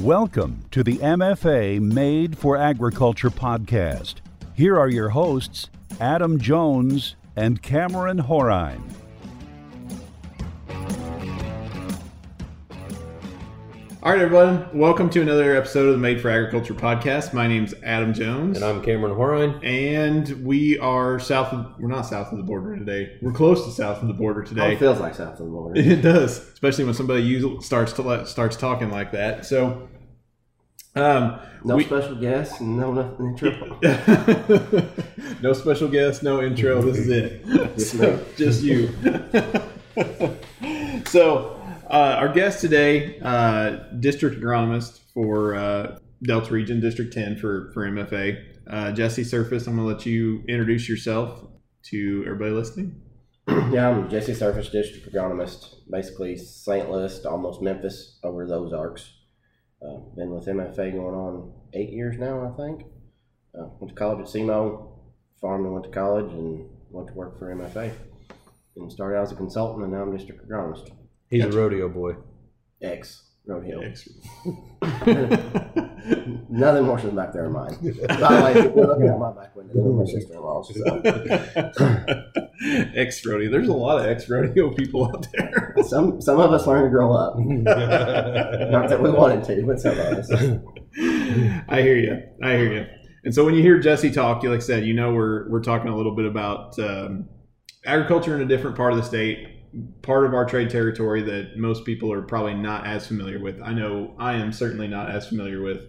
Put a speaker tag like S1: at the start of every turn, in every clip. S1: Welcome to the MFA Made for Agriculture podcast. Here are your hosts, Adam Jones and Cameron Horine.
S2: All right, everyone, welcome to another episode of the Made for Agriculture podcast. My name's Adam Jones.
S3: And I'm Cameron Horine.
S2: And we are south of, we're not south of the border today. We're close to south of the border
S4: Oh,
S2: today.
S4: it feels like south of the border.
S2: It does, especially when somebody you starts to let, starts talking like that. So, um,
S4: No
S2: we-
S4: special guests, no nothing. Triple.
S2: no special guest, no intro. This is it. So, just you. so, uh, our guest today, uh, district agronomist for uh, Delta Region District 10 for, for MFA, uh, Jesse Surface. I'm going to let you introduce yourself to everybody listening.
S4: yeah, I'm Jesse Surface, district agronomist, basically St. Louis to almost Memphis over the Ozarks. Uh, been with MFA going on eight years now, I think. Uh, went to college at SEMO, farmed and went to college, and went to work for MFA. And started out as a consultant, and now I'm district agronomist.
S3: He's a rodeo boy.
S4: Ex rodeo.
S2: Excellent.
S4: Nothing horses back there in mine. By the way, we're looking out my back window. they're my sister-in-law's, so.
S2: Ex rodeo. There's a lot of ex rodeo people out there.
S4: Some some of us learn to grow up. Not that we wanted to, but some of us.
S2: I hear you. I hear you. And so when you hear Jesse talk, you like I said, you know we're we're talking a little bit about um, agriculture in a different part of the state, part of our trade territory that most people are probably not as familiar with. I know I am certainly not as familiar with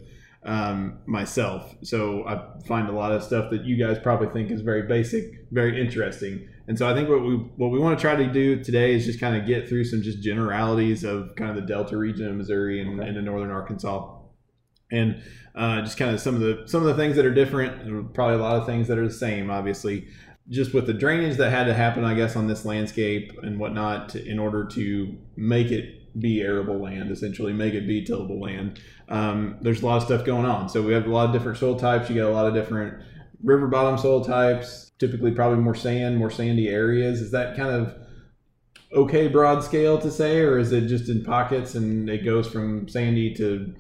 S2: um, myself. So I find a lot of stuff that you guys probably think is very basic, very interesting. And so I think what we what we want to try to do today is just kind of get through some just generalities of kind of the Delta region of Missouri and, and the northern Arkansas. And uh, just kind of some of the some of the things that are different, and probably a lot of things that are the same, obviously. Just with the drainage that had to happen, I guess, on this landscape and whatnot, to, in order to make it be arable land, essentially make it be tillable land um, there's a lot of stuff going on. So we have a lot of different soil types. You got a lot of different river bottom soil types. Typically, probably more sand, more sandy areas. Is that kind of okay broad scale to say, or is it just in pockets and it goes from sandy to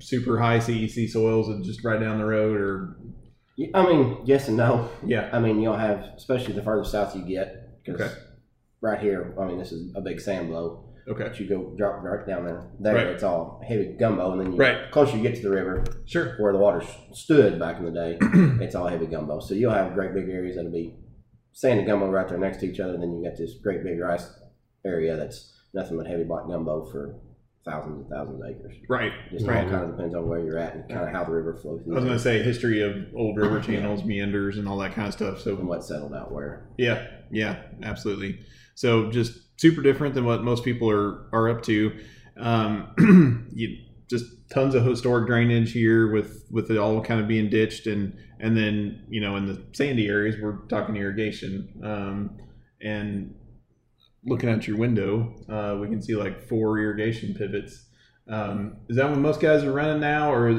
S2: super high CEC soils and just right down the road? Or
S4: I mean, yes and no.
S2: yeah,
S4: I mean, you'll have, especially the further south you get, because
S2: Okay.
S4: right here, I mean, this is a big sand blow.
S2: okay,
S4: But you go drop right down there. There,
S2: Right.
S4: it's all heavy gumbo, and then you,
S2: Right.
S4: closer you get to the river,
S2: sure,
S4: where the water stood back in the day, it's all heavy gumbo. So you'll have great big areas that'll be sand and gumbo right there next to each other. And then you got this great big rice area that's nothing but heavy black gumbo for thousands and thousands of acres.
S2: right.
S4: Just
S2: Right.
S4: all kind of depends on where you're at and kind of how the river flows
S2: I
S4: through
S2: was going
S4: there
S2: to say history of old river channels, meanders, and all that kind of stuff. So
S4: and what settled out where.
S2: Yeah, yeah, absolutely. So just super different than what most people are are up to. Um, you just tons of historic drainage here with with it all kind of being ditched and and then you know in the sandy areas we're talking irrigation um, and looking at your window uh, we can see like four irrigation pivots. Um, is that what most guys are running now, or is,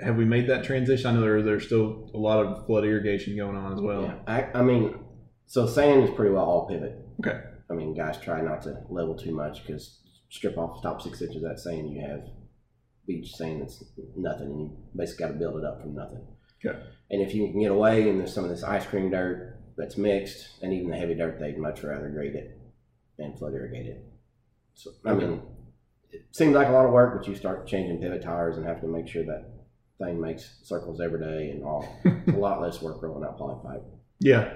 S2: have we made that transition? I know there, there's still a lot of flood irrigation going on as well.
S4: yeah. I, I mean, so sand is pretty well all pivot.
S2: Okay.
S4: I mean, guys try not to level too much because strip off the top six inches of that sand, you have beach sand that's nothing, and you basically got to build it up from nothing.
S2: Okay.
S4: And if you can get away, and there's some of this ice cream dirt that's mixed, and even the heavy dirt, they'd much rather grade it and flood irrigate it. So I mean, it seems like a lot of work, but you start changing pivot tires and having to make sure that thing makes circles every day and all. It's a lot less work rolling out poly pipe.
S2: Yeah.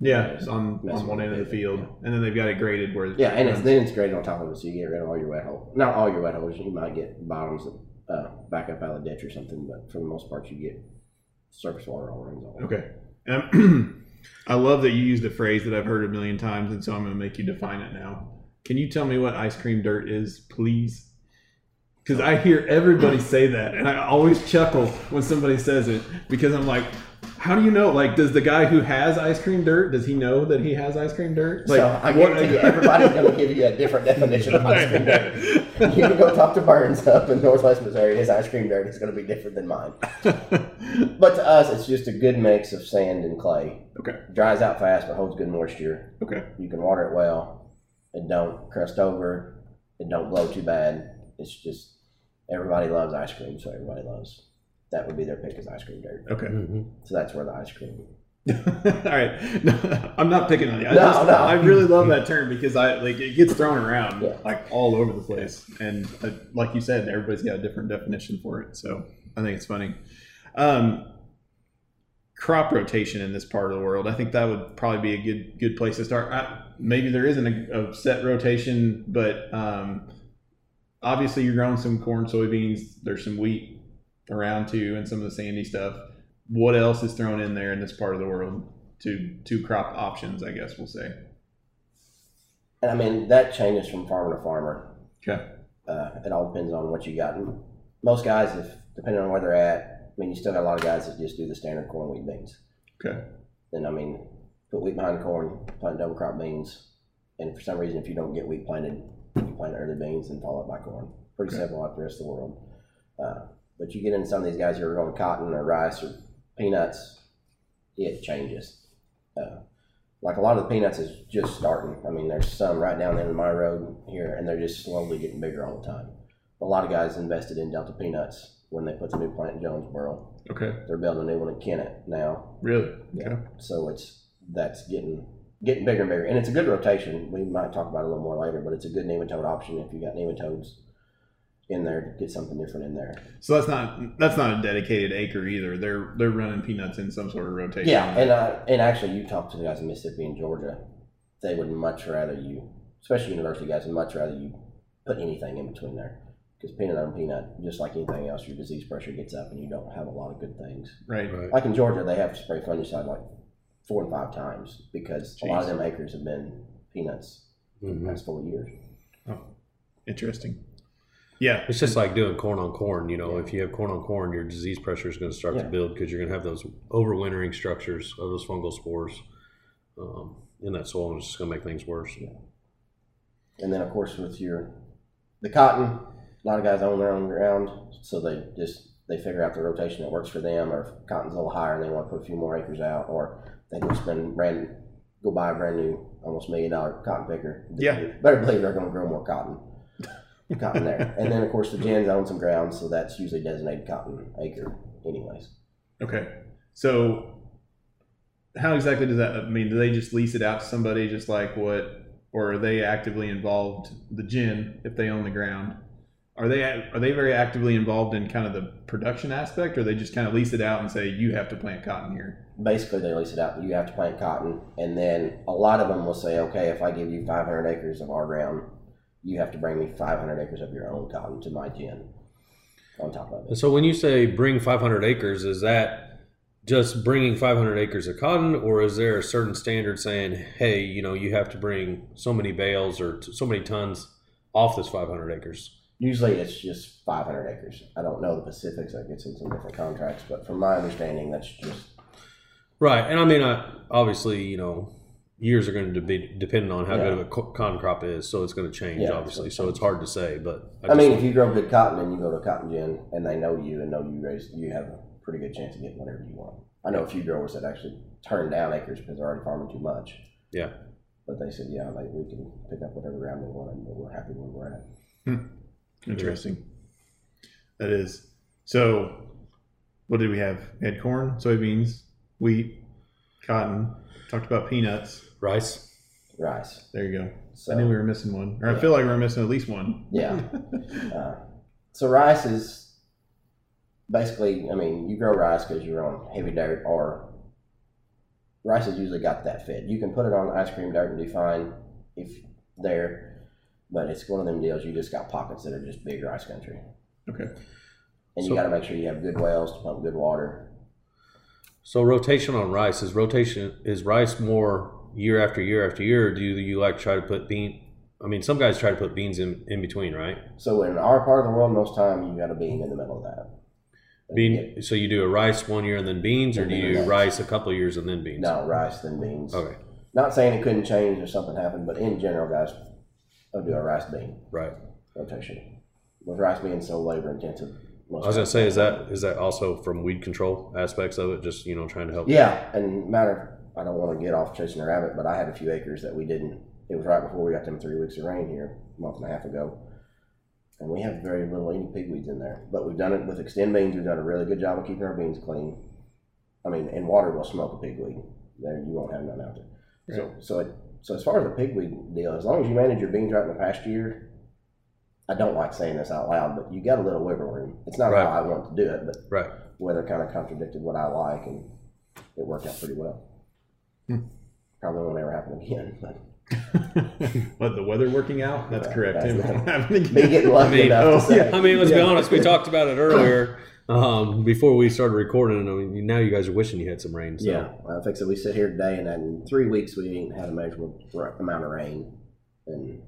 S2: Yeah, it's on,
S4: That's
S2: on one
S4: what
S2: end of the
S4: they-
S2: field,
S4: yeah.
S2: and then they've got it graded where
S4: Yeah, and it's then it's graded on top of it, so you get rid of all your wet holes. Not all your wet holes. You might get bottoms that uh, back up out of the ditch or something, but for the most part, you get surface water all runs all.
S2: okay. Um, I love that you used a phrase that I've heard a million times, and so I'm going to make you define it now. Can you tell me what ice cream dirt is, please? Because I hear everybody say that, and I always chuckle when somebody says it because I'm like, how do you know? Like, does the guy who has ice cream dirt does he know that he has ice cream dirt? Like,
S4: so I guarantee you, everybody's going to give you a different definition of ice cream dirt. You can go talk to Burns up in Northwest Missouri. His ice cream dirt is going to be different than mine. But to us, it's just a good mix of sand and clay.
S2: okay,
S4: Dries out fast, but holds good moisture.
S2: okay,
S4: you can water it well. It don't crust over. It don't blow too bad. It's just everybody loves ice cream, so everybody loves that would be their pick is ice cream dirt.
S2: Okay.
S3: Mhm.
S4: So that's where the ice cream.
S2: All right, no, I'm not picking on you. I
S4: No,
S2: just,
S4: no.
S2: I really love that term because I like it gets thrown around
S4: Yeah.
S2: like all over the place, and uh, like you said, everybody's got a different definition for it. So I think it's funny. Um, crop rotation in this part of the world, I think that would probably be a good good place to start. I, maybe there isn't a, a set rotation, but um, obviously you're growing some corn, soybeans. There's some wheat around too, and some of the sandy stuff. What else is thrown in there in this part of the world? Two two crop options, I guess we'll say.
S4: And I mean, that changes from farmer to farmer.
S2: Okay.
S4: Uh, it all depends on what you got. And most guys, if depending on where they're at, I mean, you still got a lot of guys that just do the standard corn, wheat, beans.
S2: Okay.
S4: Then I mean, put wheat behind corn, plant double crop beans, and for some reason, if you don't get wheat planted, you plant early beans and follow it by corn. Pretty
S2: Okay.
S4: simple like the rest of the world. Uh, but you get into some of these guys who are going cotton or rice or peanuts, it changes. Uh, like a lot of the peanuts is just starting. I mean, there's some right down in my road here, and they're just slowly getting bigger all the time. A lot of guys invested in Delta Peanuts when they put the new plant in Jonesboro.
S2: Okay.
S4: They're building a new one in Kennett now.
S2: Really?
S4: Yeah.
S2: Okay.
S4: So it's that's getting getting bigger and bigger, and it's a good rotation. We might talk about it a little more later, but it's a good nematode option if you got nematodes in there to get something different in there.
S2: So that's not that's not a dedicated acre either. They're they're running peanuts in some sort of rotation.
S4: Yeah, and uh, and actually, you talk to the guys in Mississippi and Georgia, they would much rather you, especially university guys, would much rather you put anything in between there. Because peanut on peanut, just like anything else, your disease pressure gets up, and you don't have a lot of good things.
S2: right.
S3: Right.
S4: Like in Georgia, they have to spray fungicide like four and five times because a lot of them acres have been peanuts the
S3: Mhm.
S4: past four years.
S2: Oh, Interesting. Yeah.
S3: It's just like doing corn on corn. You know, if you have corn on corn, your disease pressure is going to start to
S4: Yeah.
S3: build because you're going to have those overwintering structures of those fungal spores um, in that soil, and it's just going to make things worse.
S4: And then, of course, with your the cotton, a lot of guys own their own ground, so they just they figure out the rotation that works for them. Or if cotton's a little higher and they want to put a few more acres out, or they go spend brand go buy a brand new almost million dollar cotton picker.
S2: Yeah.
S4: better believe they're going to grow more cotton. cotton there, and then of course the gens own some ground, so that's usually designated cotton acre, anyways.
S2: Okay. So how exactly does that I mean? Do they just lease it out to somebody, just like what, or are they actively involved? The gin, if they own the ground, are they are they very actively involved in kind of the production aspect, or they just kind of lease it out and say you have to plant cotton here?
S4: basically they lease it out. You have to plant cotton, and then a lot of them will say, "Okay, if I give you 500 acres of our ground, you have to bring me 500 acres of your own cotton to my gin." On top of
S3: And
S4: it,
S3: so when you say bring 500 acres, is that just bringing 500 acres of cotton, or is there a certain standard saying, hey, you know, you have to bring so many bales or t- so many tons off this 500 acres?
S4: usually it's just 500 acres. I don't know the specifics. That gets in some different contracts, but from my understanding, that's just
S3: Right. And I mean, I, obviously, you know, years are going to be dependent on how good of a co- cotton crop is. So it's going to change,
S4: Yeah, it's
S3: obviously.
S4: gonna
S3: So it's hard to say, but
S4: I, mean, if you grow good cotton and you go to a cotton gin and they know you and know you raise, you have a pretty good chance of getting whatever you want. I know a few growers that actually turn down acres because they're already farming too much.
S3: Yeah.
S4: But they said, yeah, like we can pick up whatever ground we want and we're happy where we're at.
S2: Interesting. That is. So, what did we have? We had corn, soybeans, wheat, cotton. Talked about peanuts.
S3: rice.
S4: Rice.
S2: There you go.
S4: So,
S2: I knew we were missing one, or I feel like we were missing at least one.
S4: yeah. Uh, so rice is basically, I mean, you grow rice because you're on heavy dirt or rice has usually got that fit. You can put it on ice cream dirt and do fine if there, but it's one of them deals. You just got pockets that are just big rice country,
S2: Okay.
S4: and
S3: So-
S4: you got to make sure you have good wells to pump good water.
S3: So rotation on rice is rotation is rice more year after year after year? Or do you, you like try to put bean? I mean, some guys try to put beans in, in between, right?
S4: So in our part of the world, most time you got to be in the middle of that. And you
S3: Bean. So you do a rice one year and then beans, or
S4: And
S3: do
S4: then
S3: you do
S4: rice.
S3: rice a couple of years and then
S4: get-
S3: beans?
S4: No rice, then beans.
S3: Okay.
S4: Not saying it couldn't change if something happened, but in general, guys, I'll do a rice bean.
S3: Right.
S4: rotation. With rice being so labor intensive, most
S3: I was gonna
S4: times.
S3: say, is that is that also from weed control aspects of it? Just you know, trying to help.
S4: yeah. And matter, I don't want to get off chasing a rabbit, but I had a few acres that we didn't. It was right before we got them three weeks of rain here a month and a half ago, and we have very little any pigweeds in there. But we've done it with extend beans. We've done a really good job of keeping our beans clean. I mean, and water will smoke a pigweed. There, you won't have none out there. So, so, it, so as far as the pigweed deal, as long as you manage your beans right in the past year, I don't like saying this out loud, but you got a little wiggle room. It's not
S3: Right.
S4: how I want to do it, but
S3: Right.
S4: weather kind of contradicted what I like, and it worked out pretty well.
S2: Hmm.
S4: Probably won't ever happen again. But
S2: But the weather working out, that's
S4: Yeah,
S2: correct.
S4: that's
S2: Tim.
S4: not-
S2: Having to
S4: me
S2: get-
S4: getting lucky
S3: I mean,
S4: enough
S2: oh,
S4: to say,
S2: yeah.
S3: I mean, let's be
S2: Yeah.
S3: honest. We talked about it earlier um, before we started recording. I mean, now you guys are wishing you had some rain. So.
S4: yeah, I think so. We sit here today, and in three weeks we ain't had a measurable r- amount of rain, and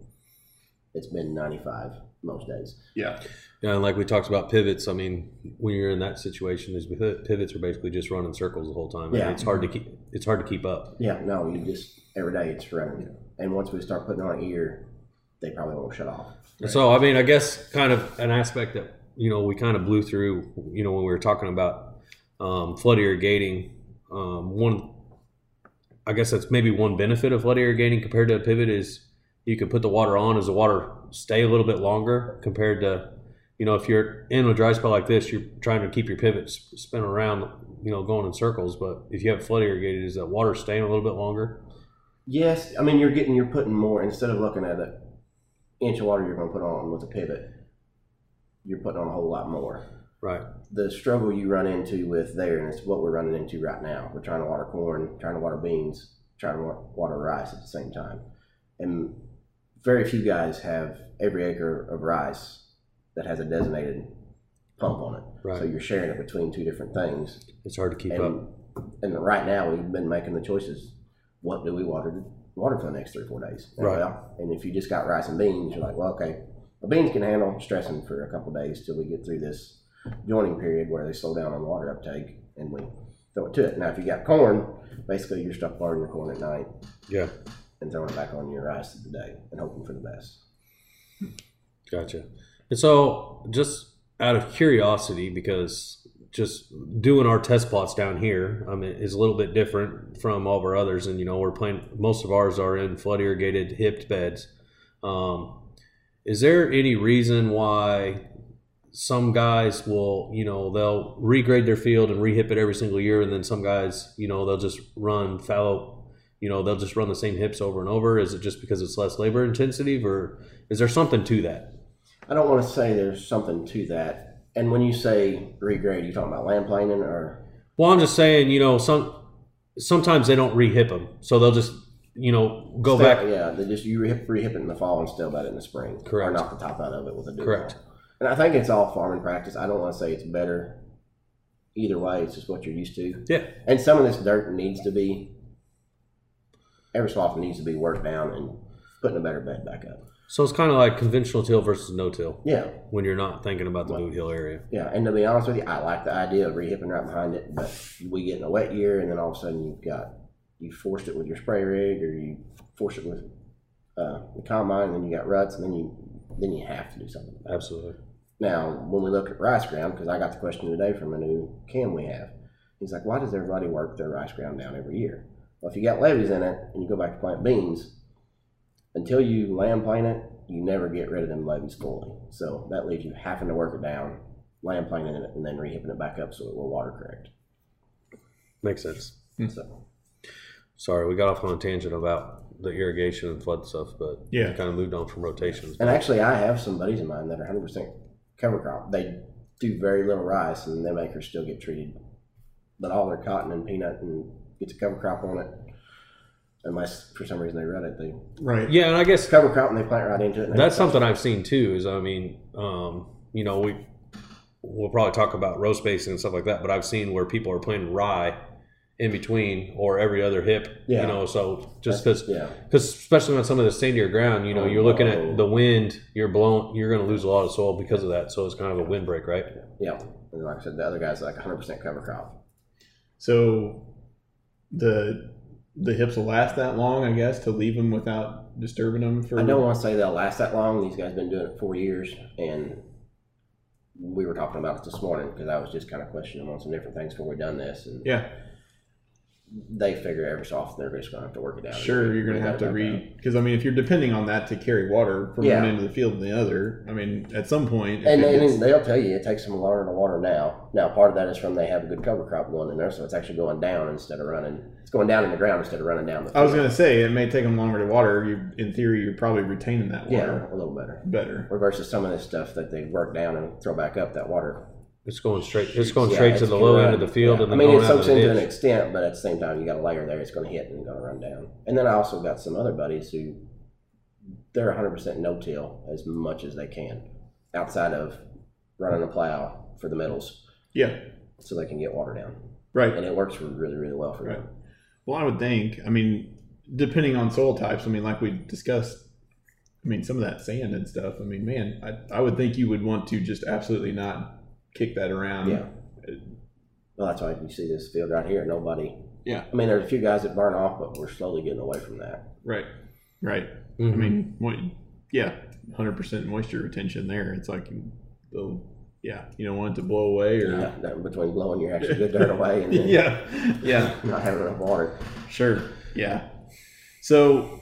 S4: it's been 95 most days.
S2: yeah.
S3: Yeah, and like we talked about pivots, I mean, when you're in that situation, these pivots are basically just running circles the whole time. and
S4: Yeah.
S3: it's hard to keep. It's hard to keep up.
S4: Yeah, no, you just every day it's running, and once we start putting on an ear, they probably won't shut off.
S3: And So I mean, I guess kind of an aspect that you know we kind of blew through. You know, when we were talking about um, flood irrigating, um, one, I guess that's maybe one benefit of flood irrigating compared to a pivot is you can put the water on as the water stay a little bit longer compared to you know if you're in a dry spell like this you're trying to keep your pivots spin around you know going in circles but if you have flood irrigated is that water staying a little bit longer
S4: Yes, I mean you're getting you're putting more instead of looking at an inch of water you're going to put on with a pivot, you're putting on a whole lot more.
S3: right
S4: The struggle you run into with there, and it's what we're running into right now. We're trying to water corn, trying to water beans, trying to wa- water rice at the same time, and very few guys have every acre of rice that has a designated pump on it.
S3: right
S4: So you're sharing it between two different things
S3: it's hard to keep up
S4: and, and right now we've been making the choices. What do we water water for the next three four days? And
S3: Right.
S4: well, and if you just got rice and beans, you're like, well, okay, the beans can handle stressing for a couple days till we get through this joining period where they slow down on water uptake and we throw it to it. Now, if you got corn, basically you're stuck watering your corn at night
S3: yeah
S4: and throwing it back on your rice at the day and hoping for the best.
S3: Gotcha. And so, just out of curiosity, because just doing our test plots down here, I mean, is a little bit different from all of our others. And you know, we're playing. Most of ours are in flood irrigated hipped beds. Um, is there any reason why some guys will, you know, they'll regrade their field and rehip it every single year, and then some guys, you know, they'll just run fallow. You know, they'll just run the same hips over and over. Is it just because it's less labor intensive, or is there something to that?
S4: I don't want to say there's something to that. And when you say regrade, you talking about land planing or
S3: Well, I'm just saying, you know, some sometimes they don't rehip them, so they'll just, you know, go
S4: Stale-
S3: back.
S4: Yeah, they just you rehip, rehip it in the fall and still about it in the spring. Or
S3: Correct.
S4: knock the top out of it with a dual.
S3: Correct.
S4: And I think it's all farming practice. I don't want to say it's better. Either way, it's just what you're used to.
S3: Yeah,
S4: And some of this dirt needs to be every so often needs to be worked down and put in a better bed back up.
S3: so it's kind of like conventional till versus no till
S4: Yeah,
S3: when you're not thinking about the
S4: Right.
S3: boot hill area.
S4: yeah. And to be honest with you, I like the idea of rehipping right behind it, but we get in a wet year and then all of a sudden you've got you forced it with your spray rig or you forced it with uh, the combine, and then you got ruts, and then you then you have to do something. about it.
S3: Absolutely.
S4: Now, when we look at rice ground, because I got the question today from a new cam we have, he's like, why does everybody work their rice ground down every year? Well, if you got levees in it and you go back to plant beans, until you land plant it, you never get rid of them levees fully. So that leaves you having to work it down, land planting it, and then rehipping it back up so it will water correct.
S3: Makes sense.
S4: So
S3: Sorry, we got off on a tangent about the irrigation and flood stuff, but
S2: Yeah.
S3: kind of moved on from rotations.
S4: And actually, I have some buddies of mine that are 100% cover crop. They do very little rice, and them acres still get treated. But all their cotton and peanut and gets a cover crop on it, unless for some reason they rut it. They
S2: Right.
S3: Yeah, and I guess
S4: cover crop and they plant right into it. and
S3: That's something I've seen too. Is I mean, um, you know, we we'll probably talk about row spacing and stuff like that, but I've seen where people are playing rye in between or every other hip.
S4: Yeah.
S3: You know, so just
S4: That's- yeah,
S3: because especially on some of the sandier ground, you know,
S4: Oh,
S3: you're looking
S4: no.
S3: at the wind, you're blown, you're going to lose a lot of soil because of that. So it's kind of a windbreak, right?
S4: yeah. And like I said, the other guy's like 100% cover crop.
S2: So the the hips will last that long, I guess, to leave them without disturbing them for.
S4: I don't want to say they'll last that long. These guys been doing it four years, and we were talking about it this morning because I was just kind of questioning them on some different things before we done this. And
S2: Yeah.
S4: they figure every so often they're just going to have to work it out.
S2: Sure, you're going to have to read because I mean, if you're depending on that to carry water from
S4: Yeah.
S2: one end of the field to the other, I mean, at some point, if
S4: And,
S2: it
S4: and
S2: gets-
S4: they'll tell you it takes them longer to water now. Now, part of that is from they have a good cover crop going in there, so it's actually going down instead of running. It's going down in the ground instead of running down the.
S2: I was
S4: field.
S2: going to say it may take them longer to water. You, in theory, you're probably retaining that
S4: yeah,
S2: water
S4: a little better.
S2: better.
S4: Or versus some of this stuff that they work down and throw back up that water.
S3: It's going straight. It's going
S4: Yeah,
S3: straight to
S4: it's
S3: the
S4: gonna
S3: low
S4: run.
S3: end of the field,
S4: Yeah.
S3: and
S4: I
S3: then
S4: mean, it
S3: going out
S4: soaks
S3: to the
S4: into an
S3: ditch.
S4: extent, but at the same time, you got a layer there. It's going to hit and going to run down. And then I also got some other buddies who they're 100% no-till as much as they can, outside of running a plow for the middles,
S2: Yeah,
S4: so they can get water down.
S2: right.
S4: And it works really, really well for them.
S2: Well, I would think. I mean, depending on soil types. I mean, like we discussed. I mean, some of that sand and stuff. I mean, man, I, I would think you would want to just absolutely not kick that around.
S4: Yeah.
S2: uh,
S4: Well, that's why you see this field right here. Nobody.
S2: Yeah.
S4: I mean, there's a few guys that burn off, but we're slowly getting away from that.
S2: Right. Right. I
S3: Mhm.
S2: mean, what, yeah, hundred percent moisture retention there. It's like, the, yeah, you don't want it to blow away or
S4: Yeah. That between blowing your actual good dirt away and then
S2: yeah, yeah,
S4: not having enough water.
S2: sure, yeah. So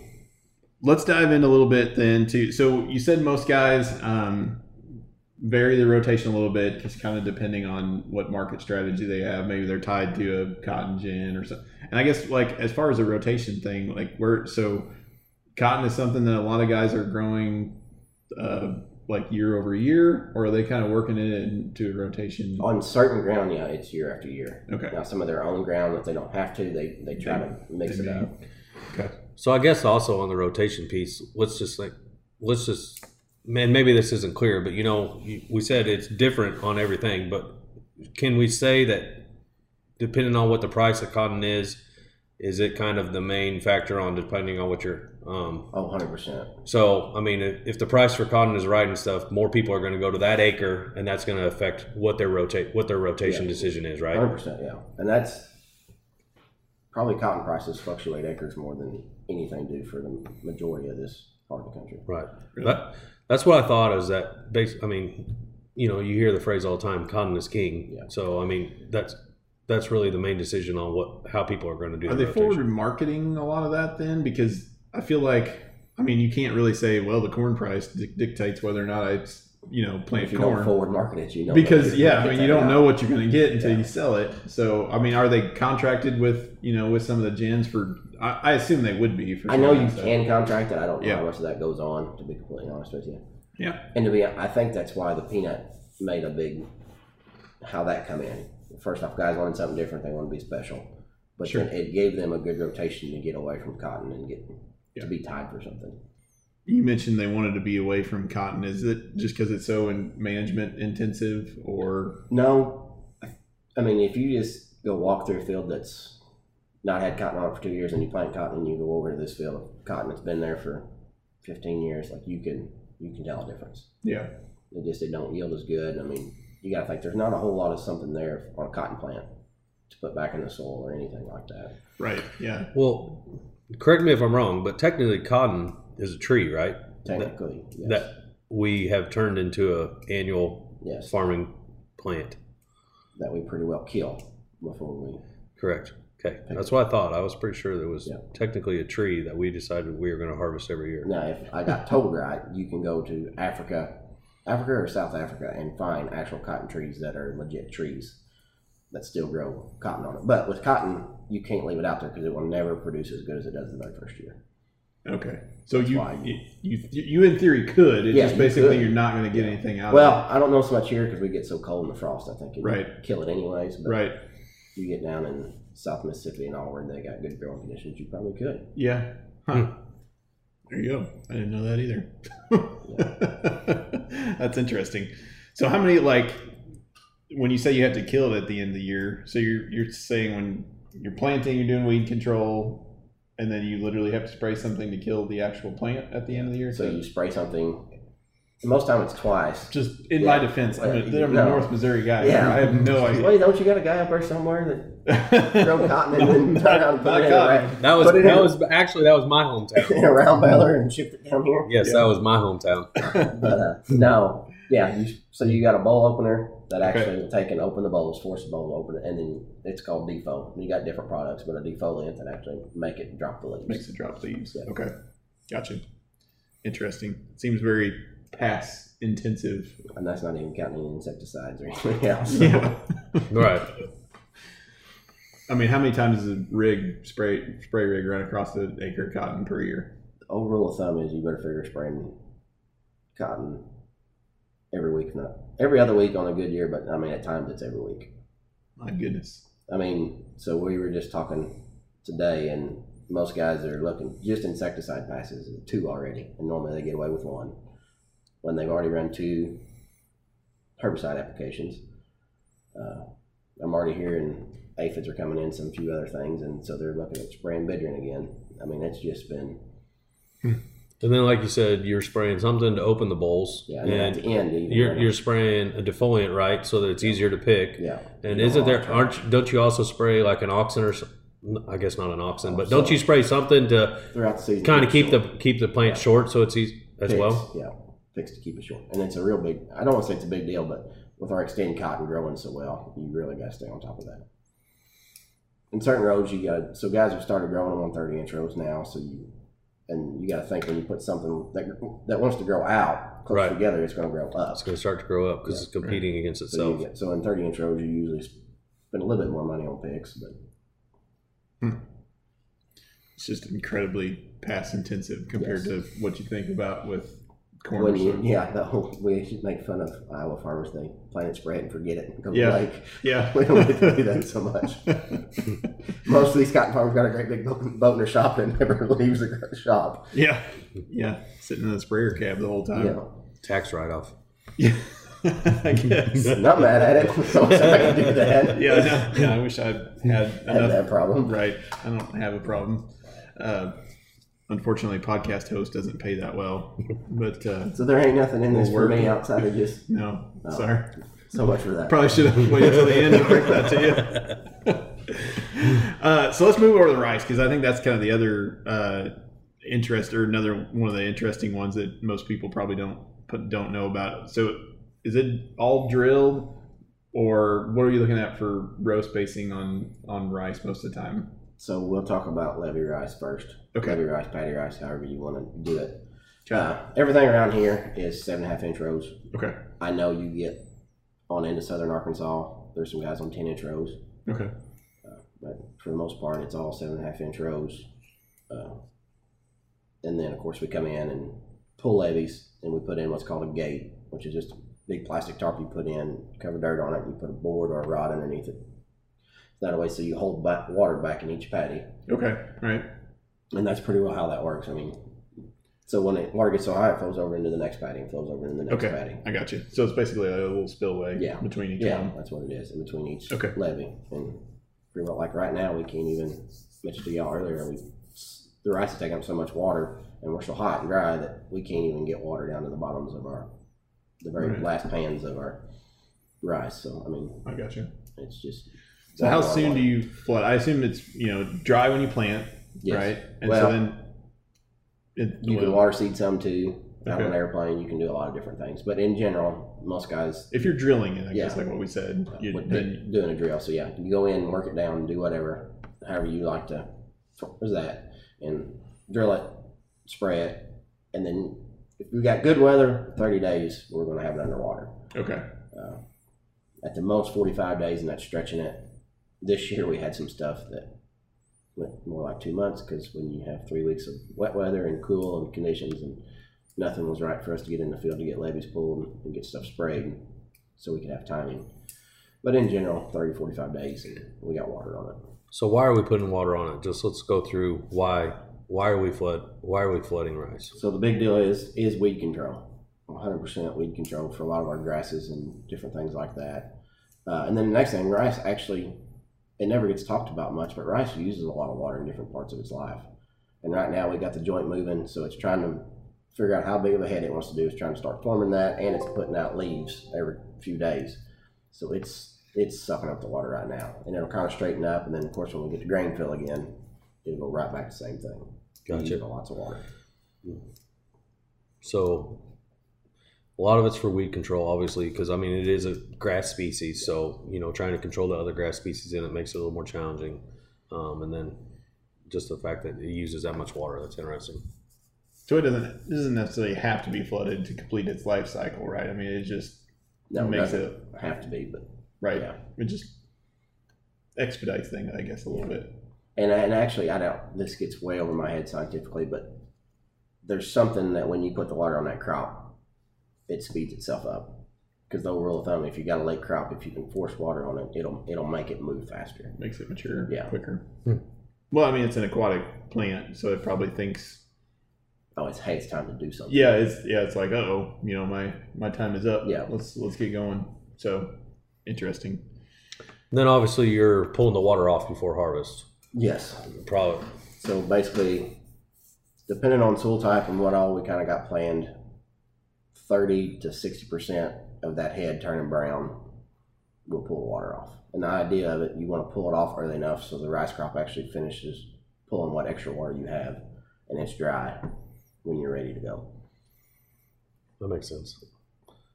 S2: let's dive in a little bit then. To so you said most guys um, vary the rotation a little bit, just kind of depending on what market strategy they have. Maybe they're tied to a cotton gin or something. And I guess like as far as the rotation thing, like we're so cotton is something that a lot of guys are growing. Uh, like year over year, or are they kind of working it into a rotation?
S4: On certain ground, yeah, it's year after year.
S2: Okay.
S4: Now, some of their own ground, if they don't have to, they, they try to mix
S2: They
S4: it
S2: may-
S4: up.
S2: Okay.
S3: So I guess also on the rotation piece, let's just think, let's just, man, maybe this isn't clear, but you know, you- we said it's different on everything, but can we say that depending on what the price of cotton is, is it kind of the main factor on depending on what you're, um,
S4: Oh, 100%.
S3: so I mean, if, if the price for cotton is right and stuff, more people are going to go to that acre, and that's going to affect what their rotate, what their rotation
S4: Yeah.
S3: decision is, right?
S4: 100%, yeah. And that's probably cotton prices fluctuate acres more than anything do for the majority of this part of the country.
S3: Right. That, that's what I thought is that base I mean, you know, you hear the phrase all the time, cotton is king.
S4: Yeah.
S3: So I mean that's that's really the main decision on what how people are gonna do
S2: Are
S3: the
S2: they
S3: rotation.
S2: forward marketing a lot of that then? Because I feel like, I mean, you can't really say, well, the corn price dic- dictates whether or not I, you know, plant
S4: If you don't
S2: corn.
S4: forward market it, you know.
S2: Because
S4: that you're
S2: yeah, I
S4: gonna get
S2: mean, you
S4: that
S2: don't
S4: out.
S2: know what you're going to get until
S4: Yeah.
S2: you sell it. So, I mean, are they contracted with, you know, with some of the gins for? I, I assume they would be. For
S4: I know
S2: some of
S4: you
S2: that stuff.
S4: can contract it. I don't know
S2: Yeah.
S4: how much of that goes on, to be completely honest with you.
S2: Yeah.
S4: And to be, I think that's why the peanut made a big, how that come in. First off, guys wanted something different. They want to be special. But
S2: Sure.
S4: then it gave them a good rotation to get away from cotton and get
S2: Yeah.
S4: to be tied for something.
S2: You mentioned they wanted to be away from cotton. Is it just because it's so in management intensive, or
S4: No, I mean, if you just go walk through a field that's not had cotton on it for two years and you plant cotton and you go over to this field of cotton that's been there for 15 years, like you can, you can tell a difference.
S2: yeah,
S4: It just it don't yield as good. I mean, you gotta think there's not a whole lot of something there on a cotton plant to put back in the soil or anything like that.
S2: right? Yeah,
S3: Well correct me if I'm wrong, but technically cotton is a tree, right?
S4: Technically, yes.
S3: That we have turned into a annual
S4: yes,
S3: farming plant.
S4: that we pretty well kill before we.
S3: Correct. Okay. That's what I thought. I was pretty sure there was
S4: Yeah.
S3: technically a tree that we decided we were gonna harvest every year.
S4: Now, if I got told right, you can go to Africa, Africa or South Africa, and find actual cotton trees that are legit trees that still grow cotton on it. But with cotton, you can't leave it out there because it will never produce as good as it does the very first year.
S2: Okay, so
S4: That's
S2: you,
S4: why.
S2: you you you in theory could. It's
S4: Yeah,
S2: just
S4: you
S2: basically
S4: could.
S2: you are not going to get anything out. of
S4: Well, I don't know so much here because we get so cold in the frost. I think it
S2: Right.
S4: kill it anyways.
S2: it.
S4: But
S2: right?
S4: you get down in South Mississippi and all where they got good growing conditions, you probably could.
S2: Yeah. Huh.
S4: Hmm.
S2: There you go. I didn't know that either. That's interesting. So how many like when you say you have to kill it at the end of the year? So you're you're saying when you're planting, you're doing weed control, and then you literally have to spray something to kill the actual plant at the end of the year.
S4: So you spray something. Most time it's twice.
S2: just in my
S4: Yeah.
S2: defense, I'm a,
S4: Well,
S2: I'm a
S4: no.
S2: North Missouri guy.
S4: Yeah.
S2: I have no idea.
S4: Wait, don't you got a guy up there somewhere that grow cotton and then turn around
S2: Not-
S4: and put
S2: not
S4: it in
S2: cotton.
S4: around,
S3: That was
S4: Put it
S3: that
S4: in.
S3: was actually that was my hometown.
S4: in around Baylor and shipped it down here?
S3: Yes,
S2: Yeah.
S3: that was my hometown.
S4: But uh, no, Yeah, you, so you got a bowl opener that
S2: Okay.
S4: actually will take and open the bowls, force the bowl to open, and then it's called defoliant. You got different products, but a defoliant that actually make it drop the leaves.
S2: Makes it drop leaves.
S4: Yeah.
S2: Okay. Gotcha. Interesting. Seems very pass intensive.
S4: and that's not even counting any insecticides or anything else.
S2: Yeah.
S3: Right.
S2: I mean, how many times does a rig spray spray rig run across the acre of cotton per year?
S4: The old rule of thumb is you better figure spraying cotton every week, not every other week on a good year, but I mean at times it's every week.
S2: My goodness.
S4: I mean, so we were just talking today, and most guys are looking just insecticide passes two already, and normally they get away with one when they've already run two herbicide applications. Uh, I'm already hearing aphids are coming in, some few other things, and so they're looking at spraying bittern again. I mean, it's just been
S3: And then, like you said, you're spraying something to open the bowls.
S4: yeah, and then at
S3: and
S4: the end, even
S3: you're, you're spraying a defoliant, right? So that it's easier to pick.
S4: yeah,
S3: And
S4: Yeah,
S3: isn't there?
S4: okay.
S3: Aren't you- don't you also spray like an auxin or? some- I guess not an auxin, but
S4: Auxin.
S3: don't you spray something to
S4: throughout the season,
S3: kind of keep
S4: so-
S3: the keep the plant short so it's easy as
S4: Picks,
S3: well?
S4: Yeah, picks to keep it short, and it's a real big. I don't want to say it's a big deal, but with our extended cotton growing so well, you really got to stay on top of that. In certain rows, you got so guys have started growing them on thirty inch rows now. So you and you got to think when you put something that that wants to grow out close
S3: Right.
S4: together, it's going to grow up.
S3: It's going to start to grow up because
S4: Yeah.
S3: it's competing against
S4: So, you
S3: itself.
S4: get, so in thirty inch rows, you usually spend a little bit more money on picks, but
S2: It's just incredibly pass intensive compared to what you think about with corn.
S4: when
S2: or
S4: you,
S2: something.
S4: yeah, the whole, we should make fun of Iowa farmers. They plant and spray it and forget it. Go
S2: Yeah.
S4: like
S2: yeah.
S4: we don't get to do that so much. Most of these cotton farmers got a great big boat boat in their shop and never leaves the shop.
S2: yeah. Yeah. Sitting in the sprayer cab the whole
S4: You
S2: time.
S4: know,
S3: Tax write off.
S2: Yeah. I guess.
S4: not mad at it. So I can do that.
S2: Yeah, no, yeah. I wish I had
S4: I had
S2: enough
S4: that problem.
S2: Right. I don't have a problem. Uh, unfortunately, podcast host doesn't pay that well. But uh,
S4: So there ain't nothing in this for
S2: Work.
S4: me outside of just
S2: no,
S4: No.
S2: sorry.
S4: so much for that.
S2: Probably should have waited till the end to bring that to you. uh, so let's move over to the rice because I think that's kind of the other uh, interest or another one of the interesting ones that most people probably don't put, don't know about. So is it all drilled? Or what are you looking at for row spacing on on rice most of the time?
S4: So we'll talk about levy rice first.
S2: Okay,
S4: Levy rice, patty rice, however you want to do it.
S2: Got
S4: Uh, everything around here is seven and a half inch rows.
S2: it. okay,
S4: I know you get on into southern Arkansas. There's some guys on ten inch rows. Uh,
S2: okay,
S4: but for the most part, it's all seven and a half inch rows. Uh, and then, of course, we come in and pull levees, and we put in what's called a gate, which is just a big plastic tarp you put in, cover dirt on it, you put a board or a rod underneath it. That way, so you hold back water back in each patty,
S2: okay, right,
S4: and that's pretty well how that works. I mean, so when it, water gets so high, it flows over into the next patty, and flows over into the next
S2: Okay.
S4: patty.
S2: I got you. So it's basically a little spillway
S4: Yeah.
S2: between each
S4: Yeah,
S2: one.
S4: that's what it is in between each
S2: Okay.
S4: levy. And pretty much like right now, we can't even mention to y'all earlier. We the rice is taking up so much water, and we're so hot and dry that we can't even get water down to the bottoms of our the very
S2: Right.
S4: last pans of our rice. So I mean,
S2: I got you.
S4: it's just.
S2: So how soon do you flood? I assume it's you know dry when you plant,
S4: Yes.
S2: right? And
S4: Well-
S2: so then it,
S4: You can
S2: well,
S4: water seed some too. Out on
S2: Okay.
S4: an airplane, you can do a lot of different things. But in general, most guys
S2: if you're drilling it, I guess
S4: Yeah. Uh,
S2: like what we said, you,
S4: with
S2: then
S4: doing a drill. So yeah, you go in, work it down, do whatever, however you like to. Was that and drill it, spray it, and then if we got good weather, thirty days we're going to have it underwater.
S2: okay,
S4: Uh, at the most, forty-five days, and that's stretching it. This year we had some stuff that went more like two months because when you have three weeks of wet weather and cool and conditions and nothing was right for us to get in the field to get levees pulled and, and get stuff sprayed so we could have timing. But in general, 30, 45 days, and we got water on it.
S3: So why are we putting water on it? Just let's go through why. Why are we flood? Why are we flooding rice?
S4: So the big deal is is weed control. 100% weed control for a lot of our grasses and different things like that. Uh, and then the next thing, rice actually, it never gets talked about much, but rice uses a lot of water in different parts of its life. And right now we got the joint moving, so it's trying to figure out how big of a head it wants to do. It's trying to start forming that, and it's putting out leaves every few days. So it's it's sucking up the water right now, and it'll kind of straighten up. And then of course when we get to grain fill again, it'll go right back to the same thing.
S3: Gotcha.
S4: Using Lots of water.
S3: So A lot of it's for weed control, obviously, because I mean it is a grass species, so you know trying to control the other grass species in it makes it a little more challenging. Um, and then just the fact that it uses that much water that's interesting.
S2: So it doesn't it doesn't necessarily have to be flooded to complete its life cycle, right? I mean, it just
S4: No,
S2: makes
S4: doesn't
S2: it
S4: have to be, but
S2: right.
S4: yeah.
S2: It just expedites things, I guess, a little bit.
S4: And and actually, I don't. This gets way over my head scientifically, but there's something that when you put the water on that crop, it speeds itself up. Because the rule of thumb, if you got a late crop, if you can force water on it, it'll it'll make it move faster.
S2: Makes it mature
S4: Yeah.
S2: quicker.
S3: Hmm.
S2: Well, I mean, it's an aquatic plant, so it probably thinks
S4: Oh, it's hey, it's time to do something.
S2: yeah it's yeah it's like oh you know my my time is up
S4: Yeah.
S2: let's let's get going so interesting
S3: And then obviously you're pulling the water off before harvest.
S4: Yes.
S3: Probably
S4: So basically, depending on soil type and what all we kind of got planned, thirty to sixty percent of that head turning brown will pull water off. And the idea of it, you want to pull it off early enough so the rice crop actually finishes pulling what extra water you have, and it's dry when you're ready to go.
S3: that makes sense.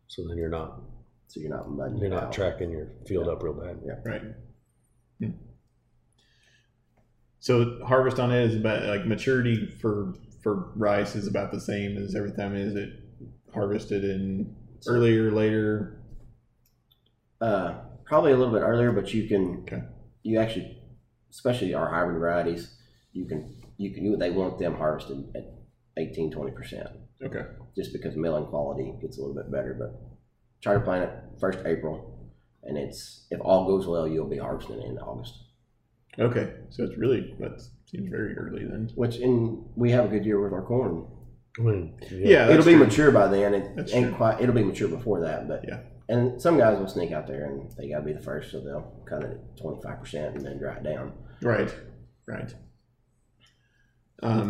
S3: So then you're not
S4: So you're not mudding
S3: you're
S4: it
S3: not
S4: out.
S3: tracking your field up real bad.
S2: right Hmm. so harvest on it is about like maturity for for rice is about the same as every time is it harvested in earlier later
S4: Uh, probably a little bit earlier, but you can
S2: Okay.
S4: you actually, especially our hybrid varieties, you can you can you, they want them harvested at 18 20 percent
S2: okay
S4: just because milling quality gets a little bit better. But try to plant it first April, and it's if all goes well, you'll be harvesting it in August.
S2: okay so it's really that seems very early then
S4: Which in we have a good year with our corn.
S3: I mean,
S2: yeah that's
S4: it'll be
S2: true.
S4: mature by then. It
S2: That's
S4: ain't
S2: true.
S4: quite. It'll be mature before that, but
S2: Yeah.
S4: And some guys will sneak out there and they gotta be the first, so they'll cut it at twenty five percent and then dry it down.
S2: Right, right. Um,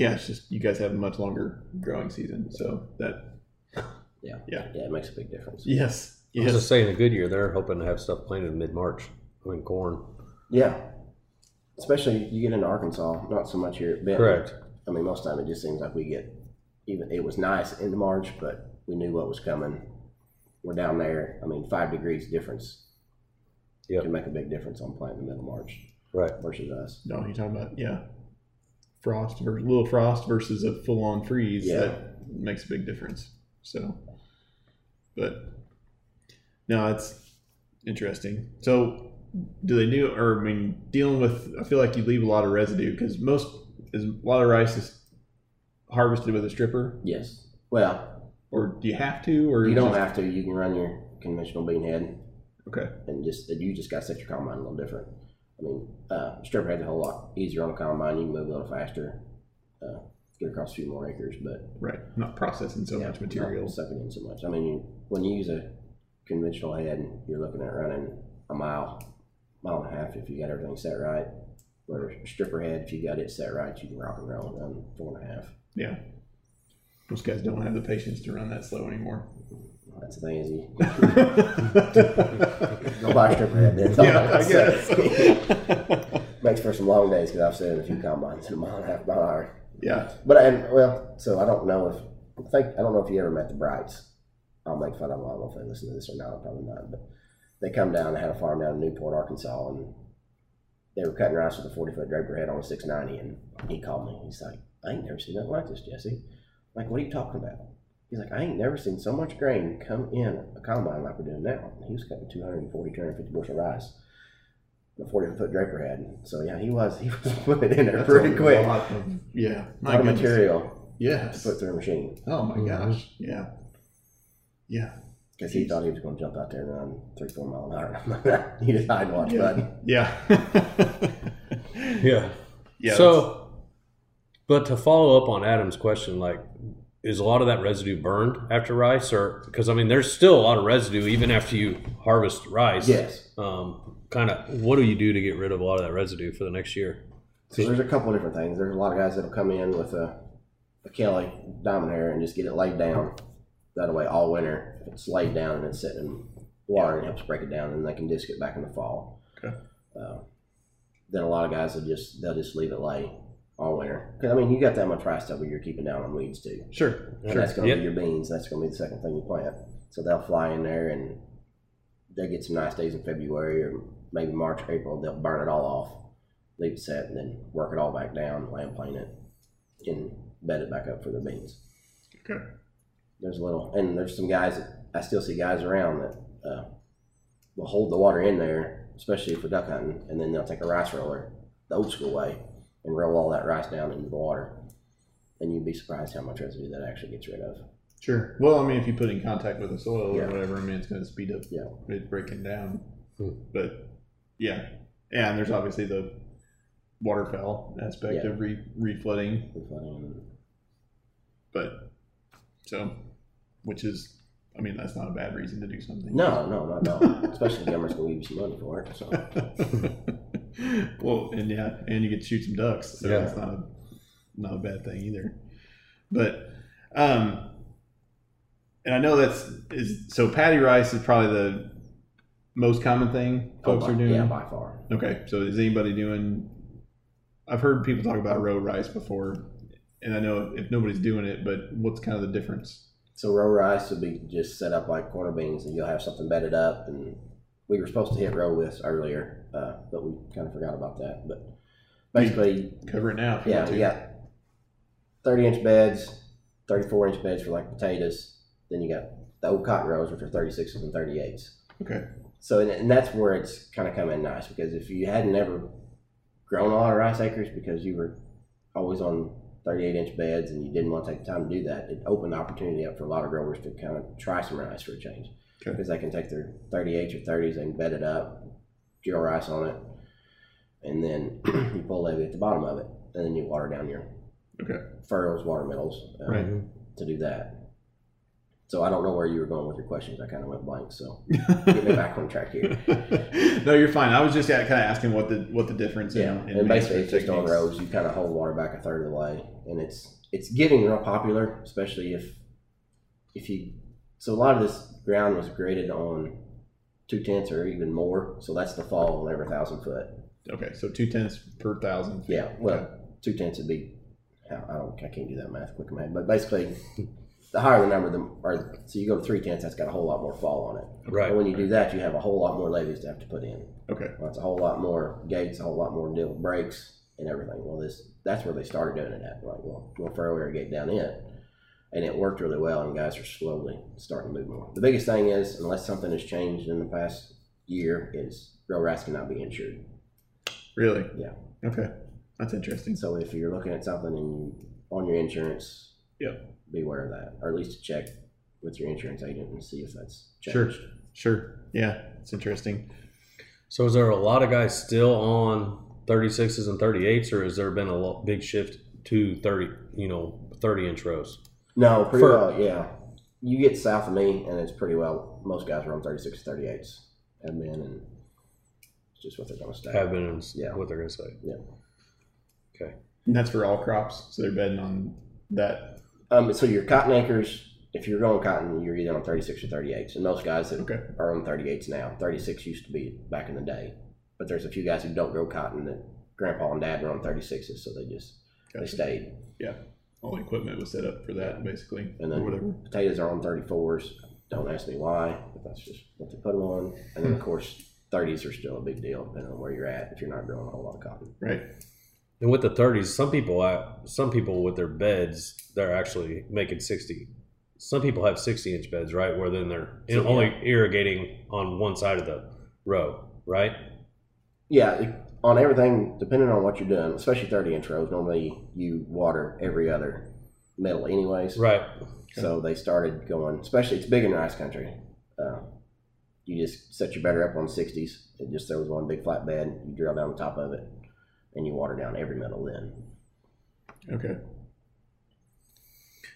S2: yeah, it's just you guys have a much longer growing season, so that
S4: Yeah, it makes a big difference.
S2: yes,
S3: I was just
S2: yes,
S3: saying, a good year, they're hoping to have stuff planted mid March. I mean, corn.
S4: Yeah. Especially you get into Arkansas, not so much here at Benton.
S3: Correct.
S4: I mean, most time it just seems like we get even it was nice into March, but we knew what was coming. We're down there. I mean, five degrees difference
S3: Yep.
S4: can make a big difference on planting in the middle of March
S3: Right.
S4: versus us.
S2: no, you're talking about yeah, frost versus little frost versus a full on freeze
S4: Yeah.
S2: that makes a big difference. So, but no, it's interesting. So, do they do or I mean, dealing with? I feel like you leave a lot of residue because most is a lot of rice is harvested with a stripper
S4: Yes. Well,
S2: or do you have to or
S4: you
S2: is
S4: don't
S2: it-
S4: have to. You can run your conventional bean head
S2: okay
S4: and just you just got to set your combine a little different. I mean, uh, stripper head's a whole lot easier on a combine. You can move a little faster, uh, get across a few more acres, but
S2: right not processing so
S4: Yeah,
S2: much
S4: not
S2: material
S4: Sucking in so much. I mean, you, when you use a conventional head, you're looking at running a mile, mile and a half if you got everything set right. Where a stripper head, if you got it set right, you can rock and roll and run four and a half.
S2: yeah those guys don't have the patience to run that slow anymore
S4: That's the thing is you
S2: yeah
S4: go buy a stripper head. That's all I
S2: i
S4: can say.
S2: guess
S4: Makes for some long days because I've set in a few combines in a mile and a half, mile an hour.
S2: yeah
S4: But and well, so I don't know if I think I don't know if you ever met the Brights. I'll make fun of them. I don't know if they listen to this or not. Probably not. But they come down. They had a farm down in Newport, Arkansas, and they were cutting rice with a forty foot draper head on a six ninety. And he called me. He's like, I ain't never seen nothing like this, Jesse. I'm like, what are you talking about? He's like, I ain't never seen so much grain come in a combine like we're doing now. And he was cutting 240, 250 bushel rice. with A 40 foot draper head. So, yeah, he was he was putting it in there
S2: That's
S4: pretty
S2: a
S4: quick.
S2: lot of- yeah
S4: Lot of
S2: goodness.
S4: material mm-hmm. to
S2: yes
S4: put through a machine
S2: oh my
S3: Mhm.
S2: gosh yeah yeah
S4: because he thought he was going to jump out there and run three, four mile an hour. I'm like, he just hide and watch, bud.
S2: yeah
S3: Yeah.
S2: yeah that's-
S3: so, but to follow up on Adam's question, like, is a lot of that residue burned after rice, or because I mean, there's still a lot of residue even after you harvest rice.
S4: Yes.
S3: Um, kind of, what do you do to get rid of a lot of that residue for the next year?
S4: So there's a couple of different things. There's a lot of guys that'll come in with a, a Kelly diamond hair and just get it laid down. That way, all winter, if it's laid down and it's sitting in water and helps break it down, and they can disc it back in the fall.
S2: Okay.
S4: Uh, then a lot of guys will just they'll just leave it lay all winter. Because I mean, you got that much rice over you're keeping down on weeds too.
S2: Sure.
S4: And
S2: Sure.
S4: that's going to
S3: Yep.
S4: be your beans. That's going to be the second thing you plant. So they'll fly in there and they get some nice days in February or maybe March, April. They'll burn it all off, leave it set, and then work it all back down, land plane it, and bed it back up for the beans.
S2: Okay.
S4: There's a little, and there's some guys that I still see guys around that uh, will hold the water in there, especially for duck hunting, and then they'll take a rice roller, the old school way, and roll all that rice down into the water. And you'd be surprised how much residue that actually gets rid of.
S2: Sure. Well, I mean, if you put it in contact with the soil
S4: Yeah.
S2: or whatever, I mean, it's going to speed up
S4: Yeah.
S2: it breaking down.
S3: Hmm.
S2: But yeah, yeah, and there's obviously the waterfowl aspect
S4: Yeah.
S2: of re reflooding,
S4: We're
S2: um,
S4: finding-
S2: but so which is, I mean, that's not a bad reason to do something.
S4: No, no, not at all. Especially Gummer's going to give you some money for it. So
S2: well, and yeah, and you get to shoot some ducks, so
S3: Yeah.
S2: that's not a not a bad thing either. But um and I know that's is so patty rice is probably the most common thing folks
S4: Oh, by-
S2: are doing.
S4: Yeah, by far.
S2: Okay, so is anybody doing? I've heard people talk about row rice before, and I know if nobody's doing it, but what's kind of the difference?
S4: So row rice will be just set up like corner beans, and you'll have something bedded up. And we were supposed to hit row with earlier, uh, but we kind of forgot about that. But basically,
S2: Cover it now. If you
S4: yeah,
S2: want to.
S4: we got thirty inch beds, thirty four inch beds for like potatoes. Then you got the old cotton rows, which are thirty sixes and thirty eights.
S2: Okay,
S4: So and- and that's where it's kind of come in nice because if you hadn't ever grown a lot of rice acres because you were always on 38 inch beds and you didn't want to take the time to do that, it opened the opportunity up for a lot of growers to kind of try some rice for a change
S2: Okay.
S4: because they can take their 38s or 30s and bed it up, drill rice on it, and then you pull levee at the bottom of it, and then you water down your
S2: Okay.
S4: furrows, water middles uh,
S2: Right.
S4: to do that. So I don't know where you were going with your questions. I kind of went blank. So get me back on track here.
S2: no, you're fine. I was just kind of asking what the what the difference.
S4: Yeah,
S2: in, in
S4: and basically it's
S2: management
S4: just on
S2: techniques.
S4: rows. You kind of hold water back a third of the way, and it's it's getting real popular, especially if if you. So a lot of this ground was graded on two tenths or even more. So that's the fall on every thousand foot.
S2: Okay, so two tenths per thousand.
S4: Yeah, well, two tenths would be. I don't. I can't do that math quick in my head, but basically, the higher the number, the or so you go to three tenths. That's got a whole lot more fall on it. And
S3: Right.
S4: when you do that, you have a whole lot more levees to have to put in.
S2: Okay.
S4: Well, it's a whole lot more gates, a whole lot more deal breaks and everything. Well, this that's where they started doing it at. Like, well, we'll furrow irrigate down in, and it worked really well. And guys are slowly starting to move more. The biggest thing is, unless something has changed in the past year, is row rice cannot be insured.
S2: Really.
S4: Yeah.
S2: Okay, that's interesting.
S4: So if you're looking at something and you on your insurance,
S2: Yep.
S4: beware of that, or at least check with your insurance agent and see if that's
S2: Sure.
S4: changed.
S2: Sure. Yeah, it's interesting.
S3: So is there a lot of guys still on 36s and 38s, or has there been a lo- big shift to 30, you know, 30 inch rows?
S4: No, pretty
S3: For-
S4: well, yeah. You get south of me, and it's pretty well. Most guys are on 36, 38s. Have been, and it's just what they're going to stay.
S3: Have been is
S4: Yeah.
S3: what they're gonna say.
S2: And that's for all crops, so they're betting on that.
S4: Um, so your cotton acres, if you're going cotton, you're either on 36 or 38s. And most guys that
S2: Okay.
S4: are on 38s now, 36 used to be back in the day. But there's a few guys who don't grow cotton that grandpa and dad were on 36s, so they just they
S2: Gotcha.
S4: stayed.
S2: All the equipment was set up for that, basically,
S4: And
S2: or
S4: then-
S2: whatever.
S4: potatoes are on 34s. Don't ask me why, but that's just what they put them on. And then, of course, 30s are still a big deal, depending on where you're at, if you're not growing a whole lot of cotton.
S2: Right.
S3: And with the 30s, some people I- some people with their beds, they're actually making 60. Some people have 60 inch beds, right, where then they're
S4: So, yeah.
S3: only irrigating on one side of the row, right?
S4: Yeah, it- on everything, depending on what you're doing, especially 30 inch rows, normally you water every other middle, anyways.
S3: Right.
S4: So they started going, especially it's big in rice country. Uh, you just set your better up on 60s. It just there was one big flat bed. You drill down the top of it, and you water down every middle then.
S2: Okay.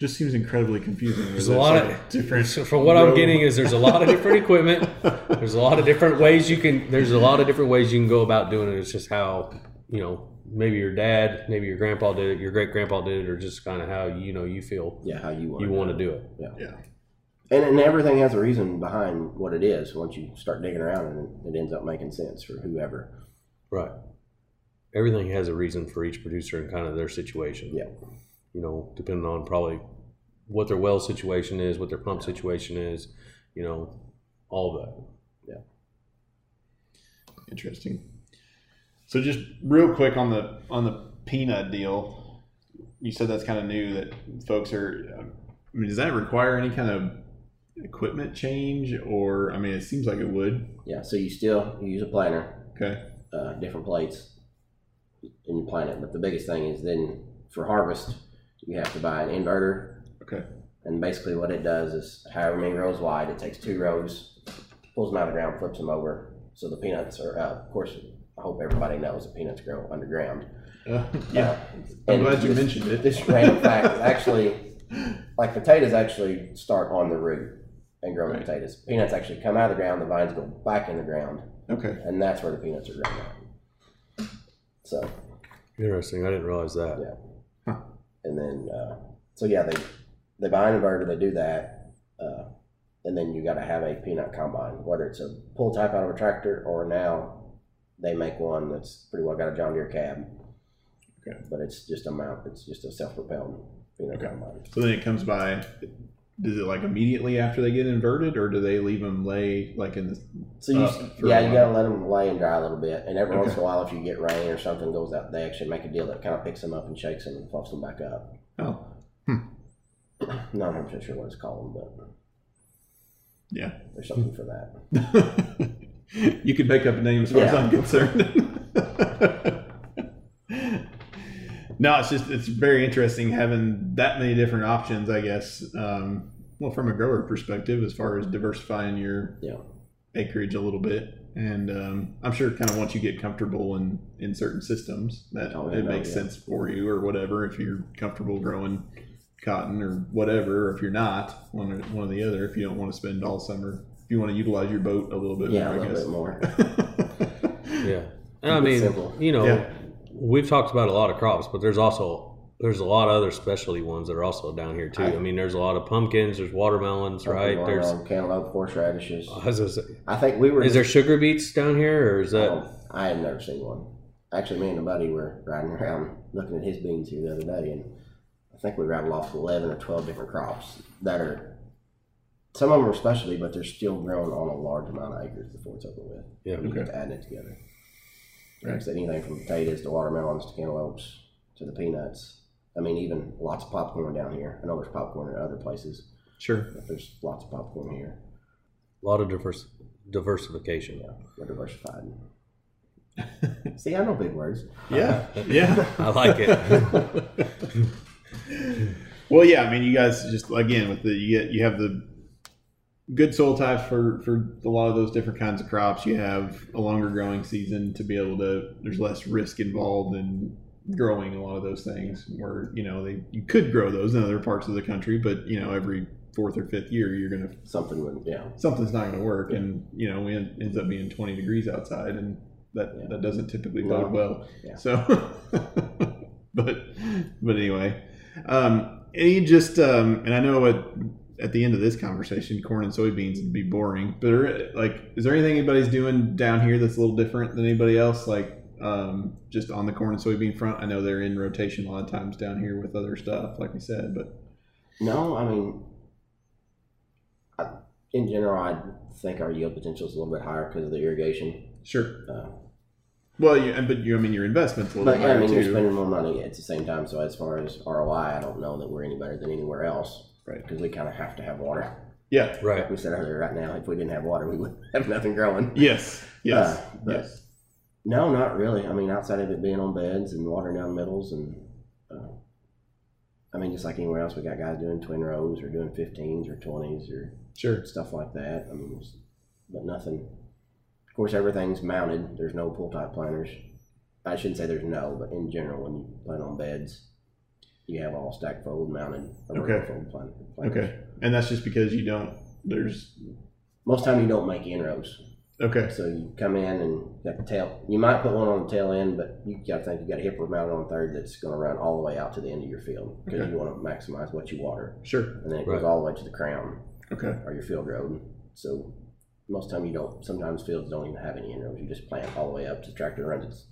S2: Just seems incredibly confusing.
S3: There's a lot
S2: like
S3: of
S2: different.
S3: So from what I'm
S2: row-
S3: getting is there's a lot of different equipment. There's a lot of different ways you can. There's a lot of different ways you can go about doing it. It's just how you know. Maybe your dad, maybe your grandpa did it, your great grandpa did it, or just kind of how you know you feel
S4: Yeah, how you want
S3: you want to do it.
S2: yeah.
S4: And, and everything has a reason behind what it is once you start digging around and it ends up making sense for whoever.
S3: Right. everything has a reason for each producer and kind of their situation.
S4: Yeah.
S3: You know, depending on probably what their well situation is, what their pump situation is, you know, all that.
S2: Interesting. So just real quick on the on the peanut deal, you said that's kind of new that folks are. um, I mean, does that require any kind of equipment change, or I mean, it seems like it would.
S4: Yeah, so you still use a planer,
S2: Okay.
S4: uh, different plates, and you plant it. But the biggest thing is then for harvest, you have to buy an inverter.
S2: Okay.
S4: And basically, what it does is however many rows wide, it takes two rows, pulls them out of the ground, flips them over. So the peanuts are, uh, of course, I hope everybody knows that peanuts grow underground.
S2: Uh, yeah.
S4: Uh,
S2: I'm
S4: and
S2: glad you
S4: this-
S2: mentioned it.
S4: This random fact is actually like potatoes actually start on the root and grow
S2: Right.
S4: potatoes. Peanuts actually come out of the ground, the vines go back in the ground,
S2: Okay.
S4: and that's where the peanuts are grown at. So,
S3: Interesting. I didn't realize that.
S4: and then, uh, so yeah, they, they buy an inverter, they do that, uh, and then you got to have a peanut combine, whether it's a pull type out of a tractor or now they make one that's pretty well got a John Deere cab.
S2: Okay.
S4: But it's just a mount, it's just a self propelled peanut
S2: Okay.
S4: combine.
S2: So then it comes by. Does it like immediately after they get inverted, or do they leave them lay like in the?
S4: So you,
S2: up Uh, for
S4: yeah,
S2: a
S4: you
S2: while.
S4: gotta let them lay and dry a little bit, and every once in
S2: Okay.
S4: a while, if you get rain or something goes out, they actually make a deal that kind of picks them up and shakes them and fluffs them back up.
S2: Oh,
S4: Not 100 percent sure what it's called, but
S2: yeah.
S4: there's something for that.
S2: you could make up a name as far as
S4: Yeah.
S2: I'm concerned. no, it's just it's very interesting having that many different options. I guess. Um, well, from a grower perspective, as far as diversifying your
S4: Yeah,
S2: acreage a little bit, and um, I'm sure kind of once you get comfortable in in certain systems, that
S4: Oh, yeah,
S2: it makes
S4: yeah.
S2: sense for you or whatever. If you're comfortable growing cotton or whatever, or if you're not one or one or the other, if you don't want to spend all summer, if you want to utilize your boat a little bit
S4: yeah,
S2: more,
S4: a
S2: I
S4: little
S2: guess.
S4: bit more.
S3: Yeah. And I
S4: Keep it
S3: mean,
S4: simple.
S3: you know,
S2: Yeah.
S3: we've talked about a lot of crops, but there's also there's a lot of other specialty ones that are also down here too. I,
S4: I-
S3: mean, there's a lot of pumpkins, there's watermelons, right? There's
S4: Watermelon, cantaloupe, horseradishes.
S3: I was gonna say,
S4: I think we were.
S3: is there sugar beets down here, or is
S4: I,
S3: that
S4: don't- I have never seen one. Actually, me and a buddy were riding around looking at his beans here the other day, and I think we rattled off eleven or twelve different crops that are. Some of them are specialty, but they're still grown on a large amount of acres before it's over with.
S3: yeah?
S4: You
S2: Okay.
S4: just adding it together.
S2: Right.
S4: Like I said, anything from potatoes to watermelons to cantaloupes to the peanuts. I mean, even lots of popcorn down here. I know there's popcorn in other places,
S2: Sure.
S4: but there's lots of popcorn here.
S3: A lot of diverse diversification.
S4: Yeah, we're diversified. See, I know big words.
S2: Yeah. Yeah.
S3: I like it.
S2: well, yeah. I mean, you guys just again with the you get you have the good soil types for for a lot of those different kinds of crops. You have a longer growing season to be able to. There's less risk involved in growing a lot of those things. Where you know they you could grow those in other parts of the country, but you know every fourth or fifth year you're gonna
S4: Something would, yeah.
S2: something's not gonna work, and you know it ends up being 20 degrees outside, and that
S4: Yeah.
S2: that doesn't typically
S4: No.
S2: bode well.
S4: Yeah.
S2: So, but but anyway, um, any just um, and I know at at the end of this conversation, corn and soybeans would be boring. But are, like, is there anything anybody's doing down here that's a little different than anybody else? Like, um, just on the corn and soybean front, I know they're in rotation a lot of times down here with other stuff, like we said. But
S4: No, I mean, I, in general, I think our yield potential is a little bit higher because of the irrigation.
S2: sure.
S4: Uh,
S2: Well, you, and- but you, I mean, your investments a little
S4: But yeah, I
S2: higher
S4: mean, you're
S2: too.
S4: spending more money at the same time. So as far as ROI, I don't know that we're any better than anywhere else.
S2: Right.
S4: Because we kind of have to have water.
S2: yeah.
S3: right.
S4: Like we said earlier, right now, if we didn't have water, we would have nothing growing.
S2: Yes. Yes.
S4: Uh, but-
S2: yes.
S4: No, not really. I mean, outside of it being on beds and watering down middles, and uh, I mean, just like anywhere else, we got guys doing twin rows or doing 15s or 20s or
S2: Sure.
S4: stuff like that. I mean, it's- but nothing. Of course, everything's mounted. There's no pull type planters. I shouldn't say there's no, but in general, when you plant on beds, you have all stack fold mounted or
S2: Okay.
S4: fold plant- planters.
S2: Okay. And that's just because you don't. There's
S4: Most time you don't make inrows,
S2: okay.
S4: so you come in and got the tail. You might put one on the tail end, but you got to think you got a hipper mounted on third that's going to run all the way out to the end of your field because
S2: Okay.
S4: you want to maximize what you water,
S2: Sure.
S4: and then it
S3: Right.
S4: goes all the way to the crown.
S2: Okay.
S4: or your field road. So most time you don't. Sometimes fields don't even have any inroads. You just plant all the way up to the tractor runs its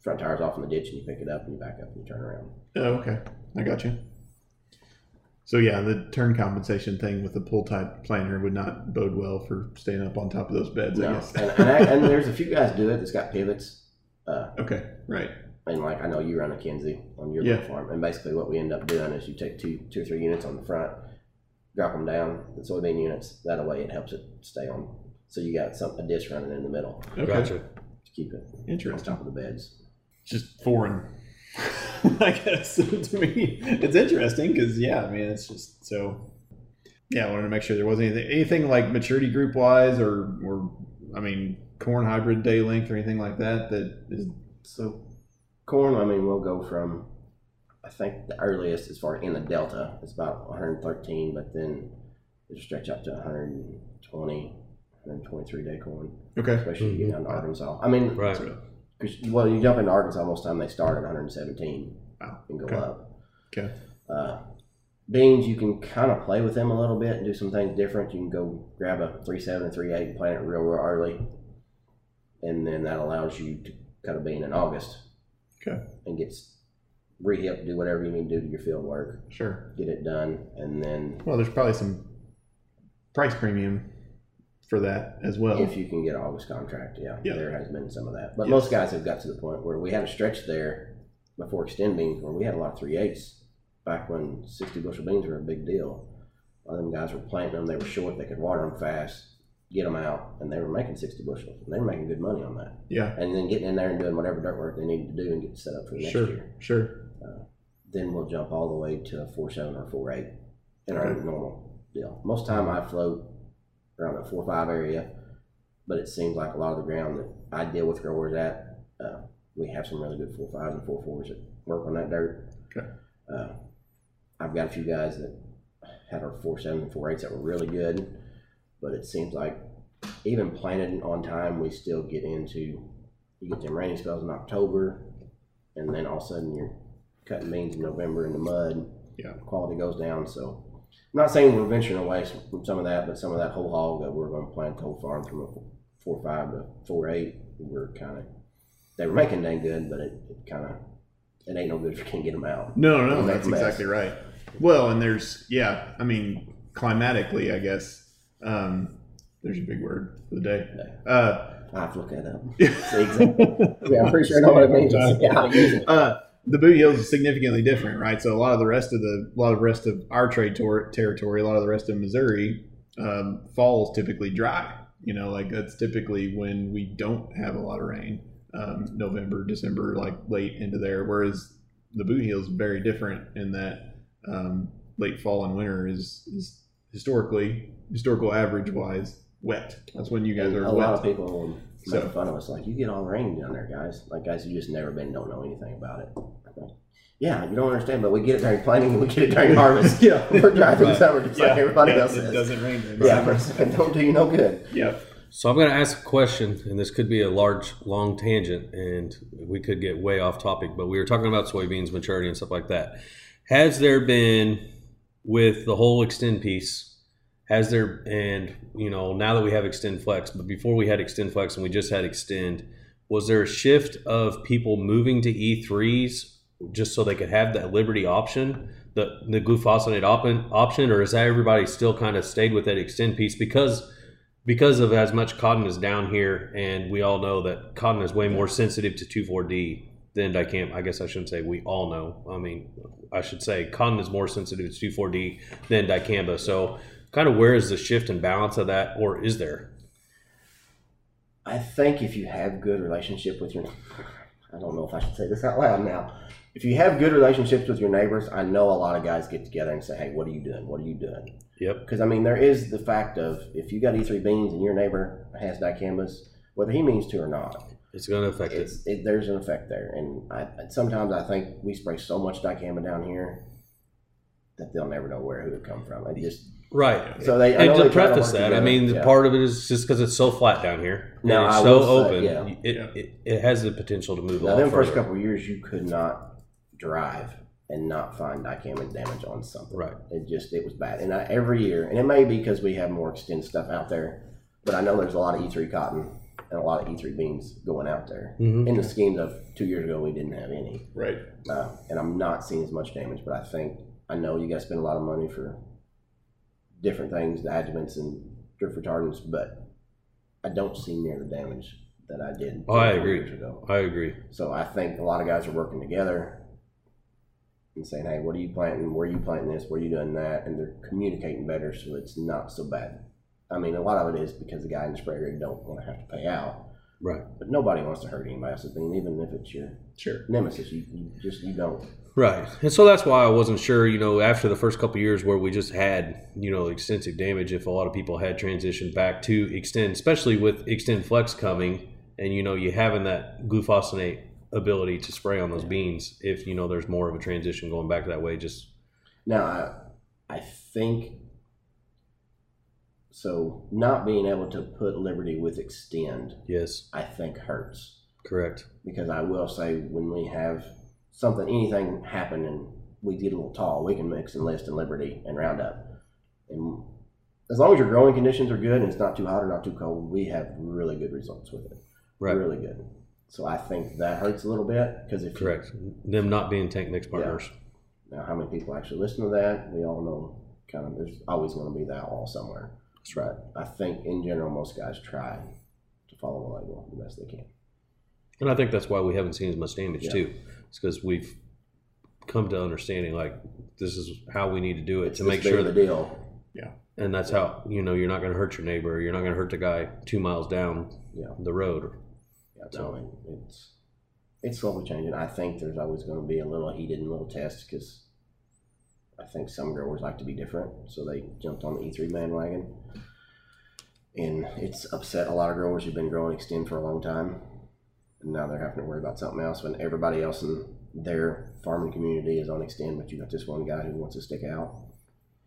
S4: front tire's off in the ditch and you pick it up and you back up and you turn around.
S2: Oh, okay. I got you. So yeah, the turn compensation thing with the pull type planer would not bode well for staying up on top of those beds. I
S4: No.
S2: guess.
S4: and, and, I, and there's a few guys do it that's got pivots. Uh,
S2: okay. Right.
S4: and like I know you run a Kinsey on your
S2: Yeah.
S4: yeah. farm, and basically what we end up doing is you take two, two or three units on the front, drop them down, the soybean units. That way it helps it stay on. So you got some a dish running in the middle
S2: Okay.
S3: Gotcha.
S4: to keep it on
S2: Interesting.
S4: top of the beds.
S2: Just foreign. I guess to me, it's interesting because yeah, I mean, it's just so. Yeah, I wanted to make sure there wasn't anything, anything like maturity group wise, or or I mean, corn hybrid day length or anything like that. That is
S4: So corn, I mean, we'll go from I think the earliest as far in the delta is about 113, but then it'll stretch up to 120, 123 day corn,
S2: okay.
S4: especially if you get down to Arkansas. I mean,
S3: Right.
S2: Sort of.
S4: Cause, well, you jump into Arkansas most time they start at 117
S2: Wow.
S4: and go
S2: Okay.
S4: up.
S2: Okay.
S4: Uh, beans, you can kind of play with them a little bit and do some things different. You can go grab a 37 and 38 and plant it real, real early, and then that allows you to cut a bean in August.
S2: Okay.
S4: And get s- rehip, do whatever you need to do to your field work,
S2: Sure.
S4: get it done, and then
S2: Well, there's probably some price premium for that as well.
S4: if you can get an August contract, yeah,
S2: Yeah.
S4: there has been some of that. But
S2: Yes.
S4: most guys have got to the point where we had a stretch there before extend beans where we had a lot of three eighths back when sixty bushel beans were a big deal. A lot of them guys were planting them; they were short, they could water them fast, get them out, and they were making sixty bushels. And they were making good money on that,
S2: yeah.
S4: and then getting in there and doing whatever dirt work they needed to do and get set up for the next
S2: Sure.
S4: year.
S2: Sure.
S4: Then we'll jump all the way to four seven or four eight in our
S2: Okay.
S4: normal deal. Most time I float around the four five area, but it seems like a lot of the ground that I deal with growers at, uh, we have some really good four fives and four fours that work on that dirt.
S2: Okay.
S4: Uh, I've got a few guys that had our four seven and four eights that were really good, but it seems like even planted on time, we still get into you get them rainy spells in October, and then all of a sudden you're cutting beans in November in the mud.
S2: Yeah.
S4: quality goes down. So I'm not saying we're venturing away from some of that, but some of that whole hog that we're going to plant the whole farm from a four five to four eight, we're kind of they were making dang good, but it, it kind of it ain't no good if you can't get them out.
S2: No, no,
S4: Make
S2: that's
S4: a mess.
S2: exactly right. Well, and there's yeah, I mean, climatically, I guess. Um, there's your big word for the day. Uh,
S4: I have to look that up. See, exactly. Yeah, I'm pretty sure I know what it means. Yeah, I use it.
S2: uh, the boot heel is significantly different, right? So a lot of the rest of the a lot of the rest of our trade tor- territory, a lot of the rest of Missouri, um, falls typically dry. You know, like that's typically when we don't have a lot of rain. Um, November, December, like late into there. Whereas the boot heel is very different in that um, late fall and winter is is historically historical average wise wet. That's when you guys
S4: And
S2: are
S4: a
S2: wet.
S4: lot of people will make
S2: So-
S4: fun of us, like you get all rain down there, guys. Like guys who just never been, don't know anything about it. Like, yeah, you don't understand, but we get it during planting and we get it during harvest.
S2: yeah,
S4: We're driving
S2: Right.
S4: summer just like everybody
S2: yeah,
S4: else
S2: It
S4: is.
S2: doesn't rain. there.
S4: Yeah, it don't do you no good.
S2: yeah.
S3: So I'm going to ask a question, and this could be a large, long tangent, and we could get way off topic, but we were talking about soybeans maturity and stuff like that. Has there been, with the whole extend piece, has there, and you know, now that we have extend flex, but before we had extend flex and we just had extend, was there a shift of people moving to E3s just so they could have that liberty option, the the glufosinate op- option, or is that everybody still kind of stayed with that extend piece because? because of as much cotton is down here, and we all know that cotton is way more sensitive to 2,4-D than dicam. I guess I shouldn't say we all know. I mean, I should say cotton is more sensitive to 2,4-D than dicamba. So, kind of where is the shift and balance of that, or is there?
S4: I think if you have good relationship with your, I don't know if I should say this out loud now. If you have good relationships with your neighbors, I know a lot of guys get together and say, "Hey, what are you doing? What are you doing?"
S3: Yep.
S4: Because I mean, there is the fact of if you got E three beans and your neighbor has dicambas, whether he means to or not,
S3: It's going to affect it.
S4: it's, it, there's an effect there. And I, and sometimes I think we spray so much dicamba down here that they'll never know where who it come from. It just
S3: Right.
S4: so they I know
S3: And
S4: they
S3: to
S4: try
S3: preface
S4: work
S3: that, I
S4: together.
S3: mean, the
S4: Yeah.
S3: part of it is just because it's so flat down here. and
S4: No,
S3: it's
S4: I
S3: so
S4: will say,
S3: open.
S4: yeah.
S3: It,
S2: Yeah.
S3: It, it has the potential to move a
S4: Now,
S3: lot
S4: them
S3: further.
S4: first couple of years, you could not drive and not find dicamba damage on something.
S3: Right.
S4: It just it was bad, and I, every year, and it may be because we have more extended stuff out there, but I know there's a lot of E3 cotton and a lot of E3 beans going out there.
S3: Mhm.
S4: In the schemes of two years ago, we didn't have any.
S2: Right.
S4: Uh, and I'm not seeing as much damage, but I think I know you guys spend a lot of money for different things, the adjuvants and drift retardants, but I don't see near the damage that I did.
S3: Oh, I
S4: three
S3: agree.
S4: Years ago.
S3: I agree.
S4: So I think a lot of guys are working together and saying, "Hey, what are you planting? Where are you planting this? Where are you doing that?" And they're communicating better, so it's not so bad. I mean, a lot of it is because the guy in the spray rig don't want to have to pay out,
S3: Right.
S4: but nobody wants to hurt anybody else's opinion, even if it's your
S2: Sure.
S4: nemesis. You, you just you don't.
S3: Right. And so that's why I wasn't sure, you know, after the first couple of years where we just had, you know, extensive damage, if a lot of people had transitioned back to Extend, especially with Extend Flex coming and, you know, you having that glufosinate ability to spray on those beans, if, you know, there's more of a transition going back that way, just,
S4: Now, I, I think so. Not being able to put Liberty with extend,
S3: yes,
S4: I think hurts
S3: correct.
S4: because I will say when we have something, anything happen, and we get a little tall, we can mix enlist and Liberty and Roundup, and as long as your growing conditions are good and it's not too hot or not too cold, we have really good results with it.
S3: Right.
S4: Really good. So I think that hurts a little bit because if you-
S3: Correct. Them not being tank mix partners.
S4: Now, how many people actually listen to that? We all know kind of there's always going to be that all somewhere. That's right. I think in general, most guys try to follow the label the best they can.
S3: And I think that's why we haven't seen as much damage
S4: Yeah.
S3: too. It's because we've come to understanding like this is how we need to do it to
S4: this
S3: make
S4: big
S3: sure
S4: of
S3: that
S4: a deal.
S3: and that's how you know you're not going to hurt your neighbor. You're not going to hurt the guy two miles down
S4: Yeah,
S3: the road.
S4: yeah. So it- it's it's slowly changing. I think there's always going to be a little heated and little test because I think some growers like to be different, so they jumped on the E3 bandwagon, and it's upset a lot of growers who've been growing extend for a long time, and now they're having to worry about something else when everybody else in their farming community is on extend, but you got this one guy who wants to stick out.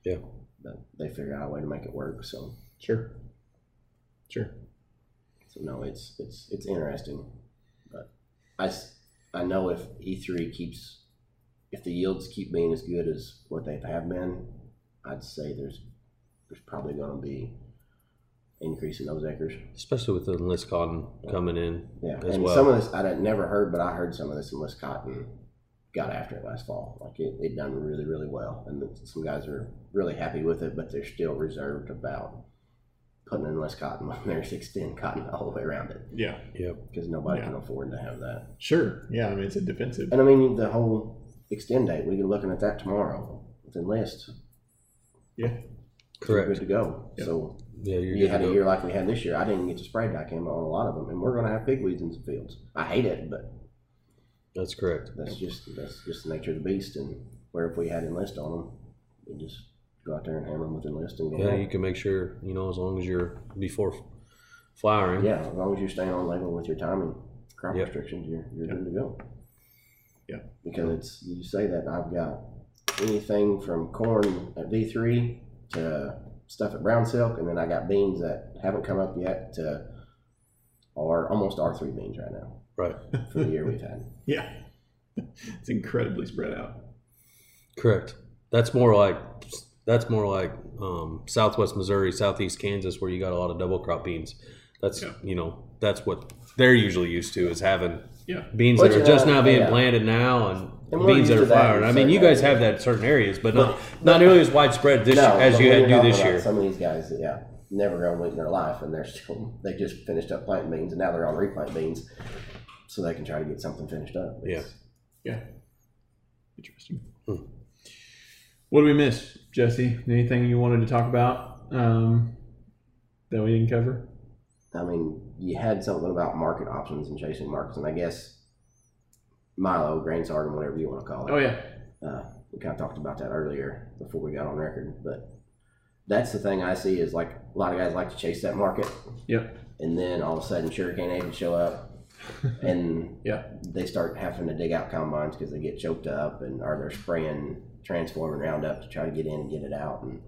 S3: Yeah.
S4: but they figure out a way to make it work. So,
S2: Sure. Sure.
S4: so no, it's it's it's interesting, but I s- I know if E three keeps if the yields keep being as good as what they have been, I'd say there's there's probably going to be increase in those acres.
S3: Especially with the enlist cotton coming in.
S4: Yeah,
S3: As
S4: and
S3: well.
S4: some of this I'd never heard, but I heard some of this in West Cotton got after it last fall. Like it, it done really really well, and then some guys are really happy with it, but they're still reserved about putting in less cotton when there's extend cotton all the way around it
S2: Yeah.
S4: because nobody
S2: Yeah.
S4: can afford to have that.
S2: Sure. Yeah. I mean, it's a defensive.
S4: And I mean, the whole extend date, we could be looking at that tomorrow with Enlist. We're
S3: Correct.
S4: good to go.
S2: Yeah.
S4: So
S3: Yeah, you're
S4: you
S3: good
S4: had
S3: to
S4: a
S3: go.
S4: year like we had this year. I didn't get to spray dicam on a lot of them, and we're going to have pigweeds in some fields. I hate it, but
S3: That's correct.
S4: that's just that's just the nature of the beast. And where if we had Enlist on them, we just go out there and hammer them with Enlist and go.
S3: Yeah,
S4: home.
S3: you can make sure you know as long as you're before flowering.
S4: yeah, as long as you're staying on label with your timing, crop
S3: Yep.
S4: restrictions, you're you're
S2: Yep.
S4: good to go.
S2: Yep.
S4: Because it's you say that I've got anything from corn at V three to stuff at brown silk, and then I got beans that haven't come up yet to are almost R three beans right now
S3: Right.
S4: for the year we've had.
S2: Yeah. It's incredibly spread out.
S3: Correct. That's more like that's more like um, Southwest Missouri, Southeast Kansas, where you got a lot of double crop beans. That's
S2: Yeah.
S3: you know that's what they're usually used to is having
S2: Yeah.
S3: beans
S4: Which,
S3: that are just
S4: uh,
S3: now being
S4: yeah.
S3: planted now and,
S4: And we're
S3: beans
S4: used
S3: that
S4: to
S3: are
S4: that in
S3: flowering. I mean,
S4: certain
S3: you guys
S4: areas.
S3: have that in certain areas, but not not nearly as widespread this year as
S4: but
S3: you
S4: when
S3: had
S4: you're
S3: do this
S4: talking about
S3: year.
S4: Some of these guys, that, yeah, never grown wheat in their life, and they're still they just finished up planting beans, and now they're on replant beans, so they can try to get something finished up.
S3: Yeah.
S2: Yeah. Interesting.
S3: Hmm.
S2: What did we miss, Jesse? Anything you wanted to talk about um, that we didn't cover?
S4: I mean, you had something about market options and chasing markets, and I guess Milo, grain sorghum, whatever you want to call it.
S2: Oh yeah.
S4: uh, we kind of talked about that earlier before we got on record, but that's the thing I see is like a lot of guys like to chase that market.
S2: Yep.
S4: And then all of a sudden, sugarcane aphids show up, and
S2: Yeah.
S4: they start having to dig out combines because they get choked up, and or they're spraying transforming Roundup to try to get in and get it out, and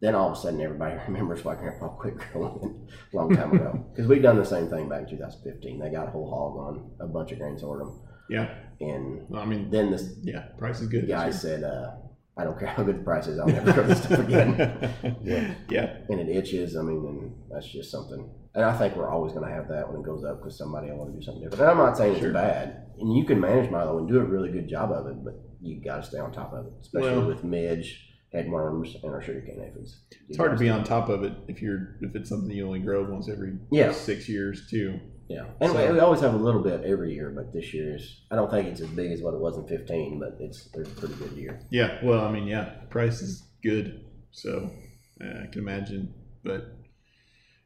S4: then all of a sudden everybody remembers why Grandpa quit growing a long time ago because we've done the same thing back in 2015. They got a whole hog on a bunch of grain sorghum,
S2: Yeah.
S4: and
S2: Well, I mean,
S4: then this
S2: yeah. Price is good.
S4: the guy said, uh, I don't care how good the price is, I'll never grow this stuff again.
S2: yeah. Yeah.
S4: And it itches. I mean, and that's just something And I think we're always going to have that when it goes up because somebody will want to do something different. And I'm not saying
S2: Sure.
S4: it's bad, and you can manage Milo and do a really good job of it, but you got to stay on top of it, especially
S2: Well-
S4: with midge, headworms, and our sugarcane aphids.
S2: It's hard to be on top of it if you're if it's something you only grow once every
S4: Yeah.
S2: six years too.
S4: Yeah, and
S2: So-
S4: we, we always have a little bit every year, but this year is. I don't think it's as big as what it was in 15, but it's there's a pretty good year.
S2: Yeah, well, I mean, yeah, price is good, so uh, I can imagine. But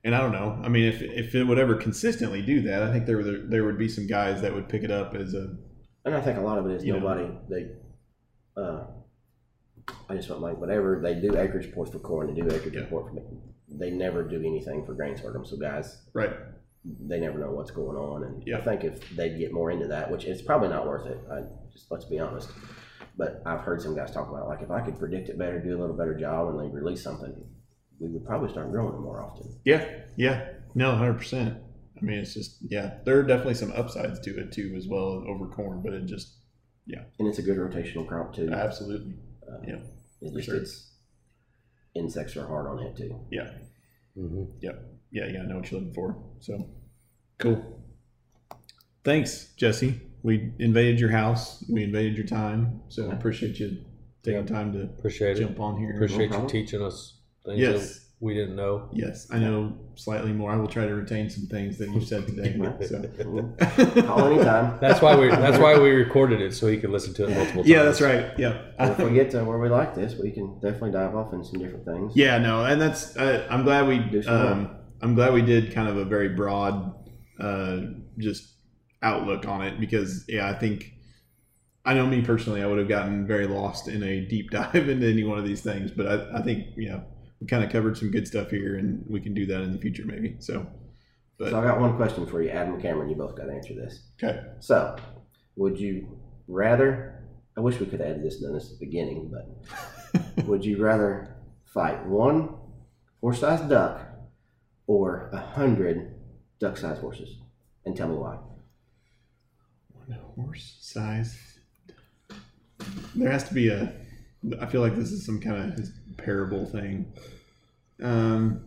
S2: and I don't know. I mean, if if it would ever consistently do that, I think there were there would be some guys that would pick it up as a
S4: And I think a lot of it is
S2: You know.
S4: nobody they uh I just want like whatever they do acreage reports for corn, they do acreage
S2: Yeah.
S4: report for they never do anything for grain sorghum. So guys
S2: right.
S4: they never know what's going on and
S2: Yeah.
S4: I think if they get more into that, which it's probably not worth it. I just let's be honest. But I've heard some guys talk about like if I could predict it better, do a little better job and they release something, we would probably start growing it more often.
S2: Yeah, yeah, no, hundred percent. I mean, it's just yeah, there are definitely some upsides to it too as well over corn, but it just
S4: And it's a good rotational crop too.
S2: absolutely
S4: Uh,
S2: yeah,
S4: It
S2: for
S4: just
S2: sure.
S4: it's insects are hard on it too.
S2: yeah,
S3: Mm-hmm.
S2: yeah, you gotta know what you're looking for. So cool. Thanks, Jesse. We invaded your house. We invaded your time. So I appreciate you taking time to
S3: Appreciate it.
S2: jump on here.
S3: Appreciate you
S4: problem.
S3: teaching us things that
S2: Uh-huh. Yes,
S3: we didn't know.
S2: yes, I know slightly more. I will try to retain some things that you said today. So.
S4: Call anytime.
S3: That's why we. That's why we recorded it so he could listen to it multiple times.
S2: yeah, that's right. Yeah,
S4: And if we get to where we like this, we can definitely dive off into some different things.
S2: Yeah, no, and that's uh, I'm glad we
S4: Do some more.
S2: um, I'm glad we did kind of a very broad uh, just outlook on it because yeah, I think I know me personally, I would have gotten very lost in a deep dive into any one of these things, but I, I think you know we kind of covered some good stuff here, and we can do that in the future maybe. So
S4: So I got one question for you, Adam and Cameron. You both got to answer this.
S2: okay,
S4: So, would you rather? I wish we could add this to this at the beginning, but would you rather fight one horse-sized duck or a hundred duck-sized horses? And tell me why.
S2: one horse size. There has to be a. I feel like this is some kind of parable thing. Um,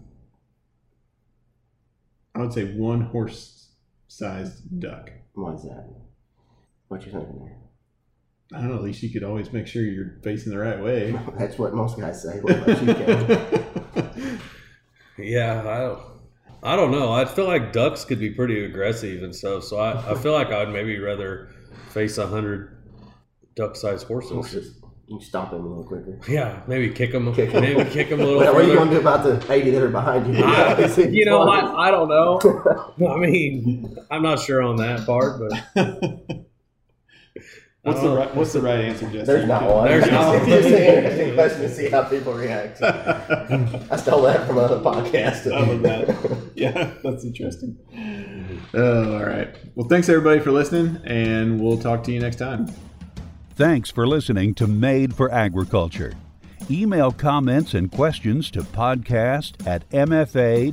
S2: I would say one horse sized duck.
S4: Why's that? What you thinking there?
S2: I don't know. At least you could always make sure you're facing the right way.
S4: That's what most guys say. What about you, Cameron?
S3: Yeah, I don't. I don't know. I feel like ducks could be pretty aggressive and stuff. So I, I feel like I'd maybe rather face a hundred duck-sized horses.
S4: Horses. You can stop him a little quicker.
S3: Yeah, maybe kick them.
S4: Kick 'em.
S3: maybe kick them a little.
S4: What, what are you going
S3: further.
S4: to do about the 80 that are behind you?
S3: I- you know, I, I don't know. I mean, I'm not sure on that part, but
S2: what's the right, What's the right answer, Jesse?
S4: There's not one.
S3: There's not one.
S4: It's an interesting question to see how people react. to. I stole that from another podcast.
S2: I love that. Yeah, that's interesting. Oh, all right. Well, thanks everybody for listening, and we'll talk to you next time.
S1: Thanks for listening to Made for Agriculture. Email comments and questions to podcast at mfa-inc.com.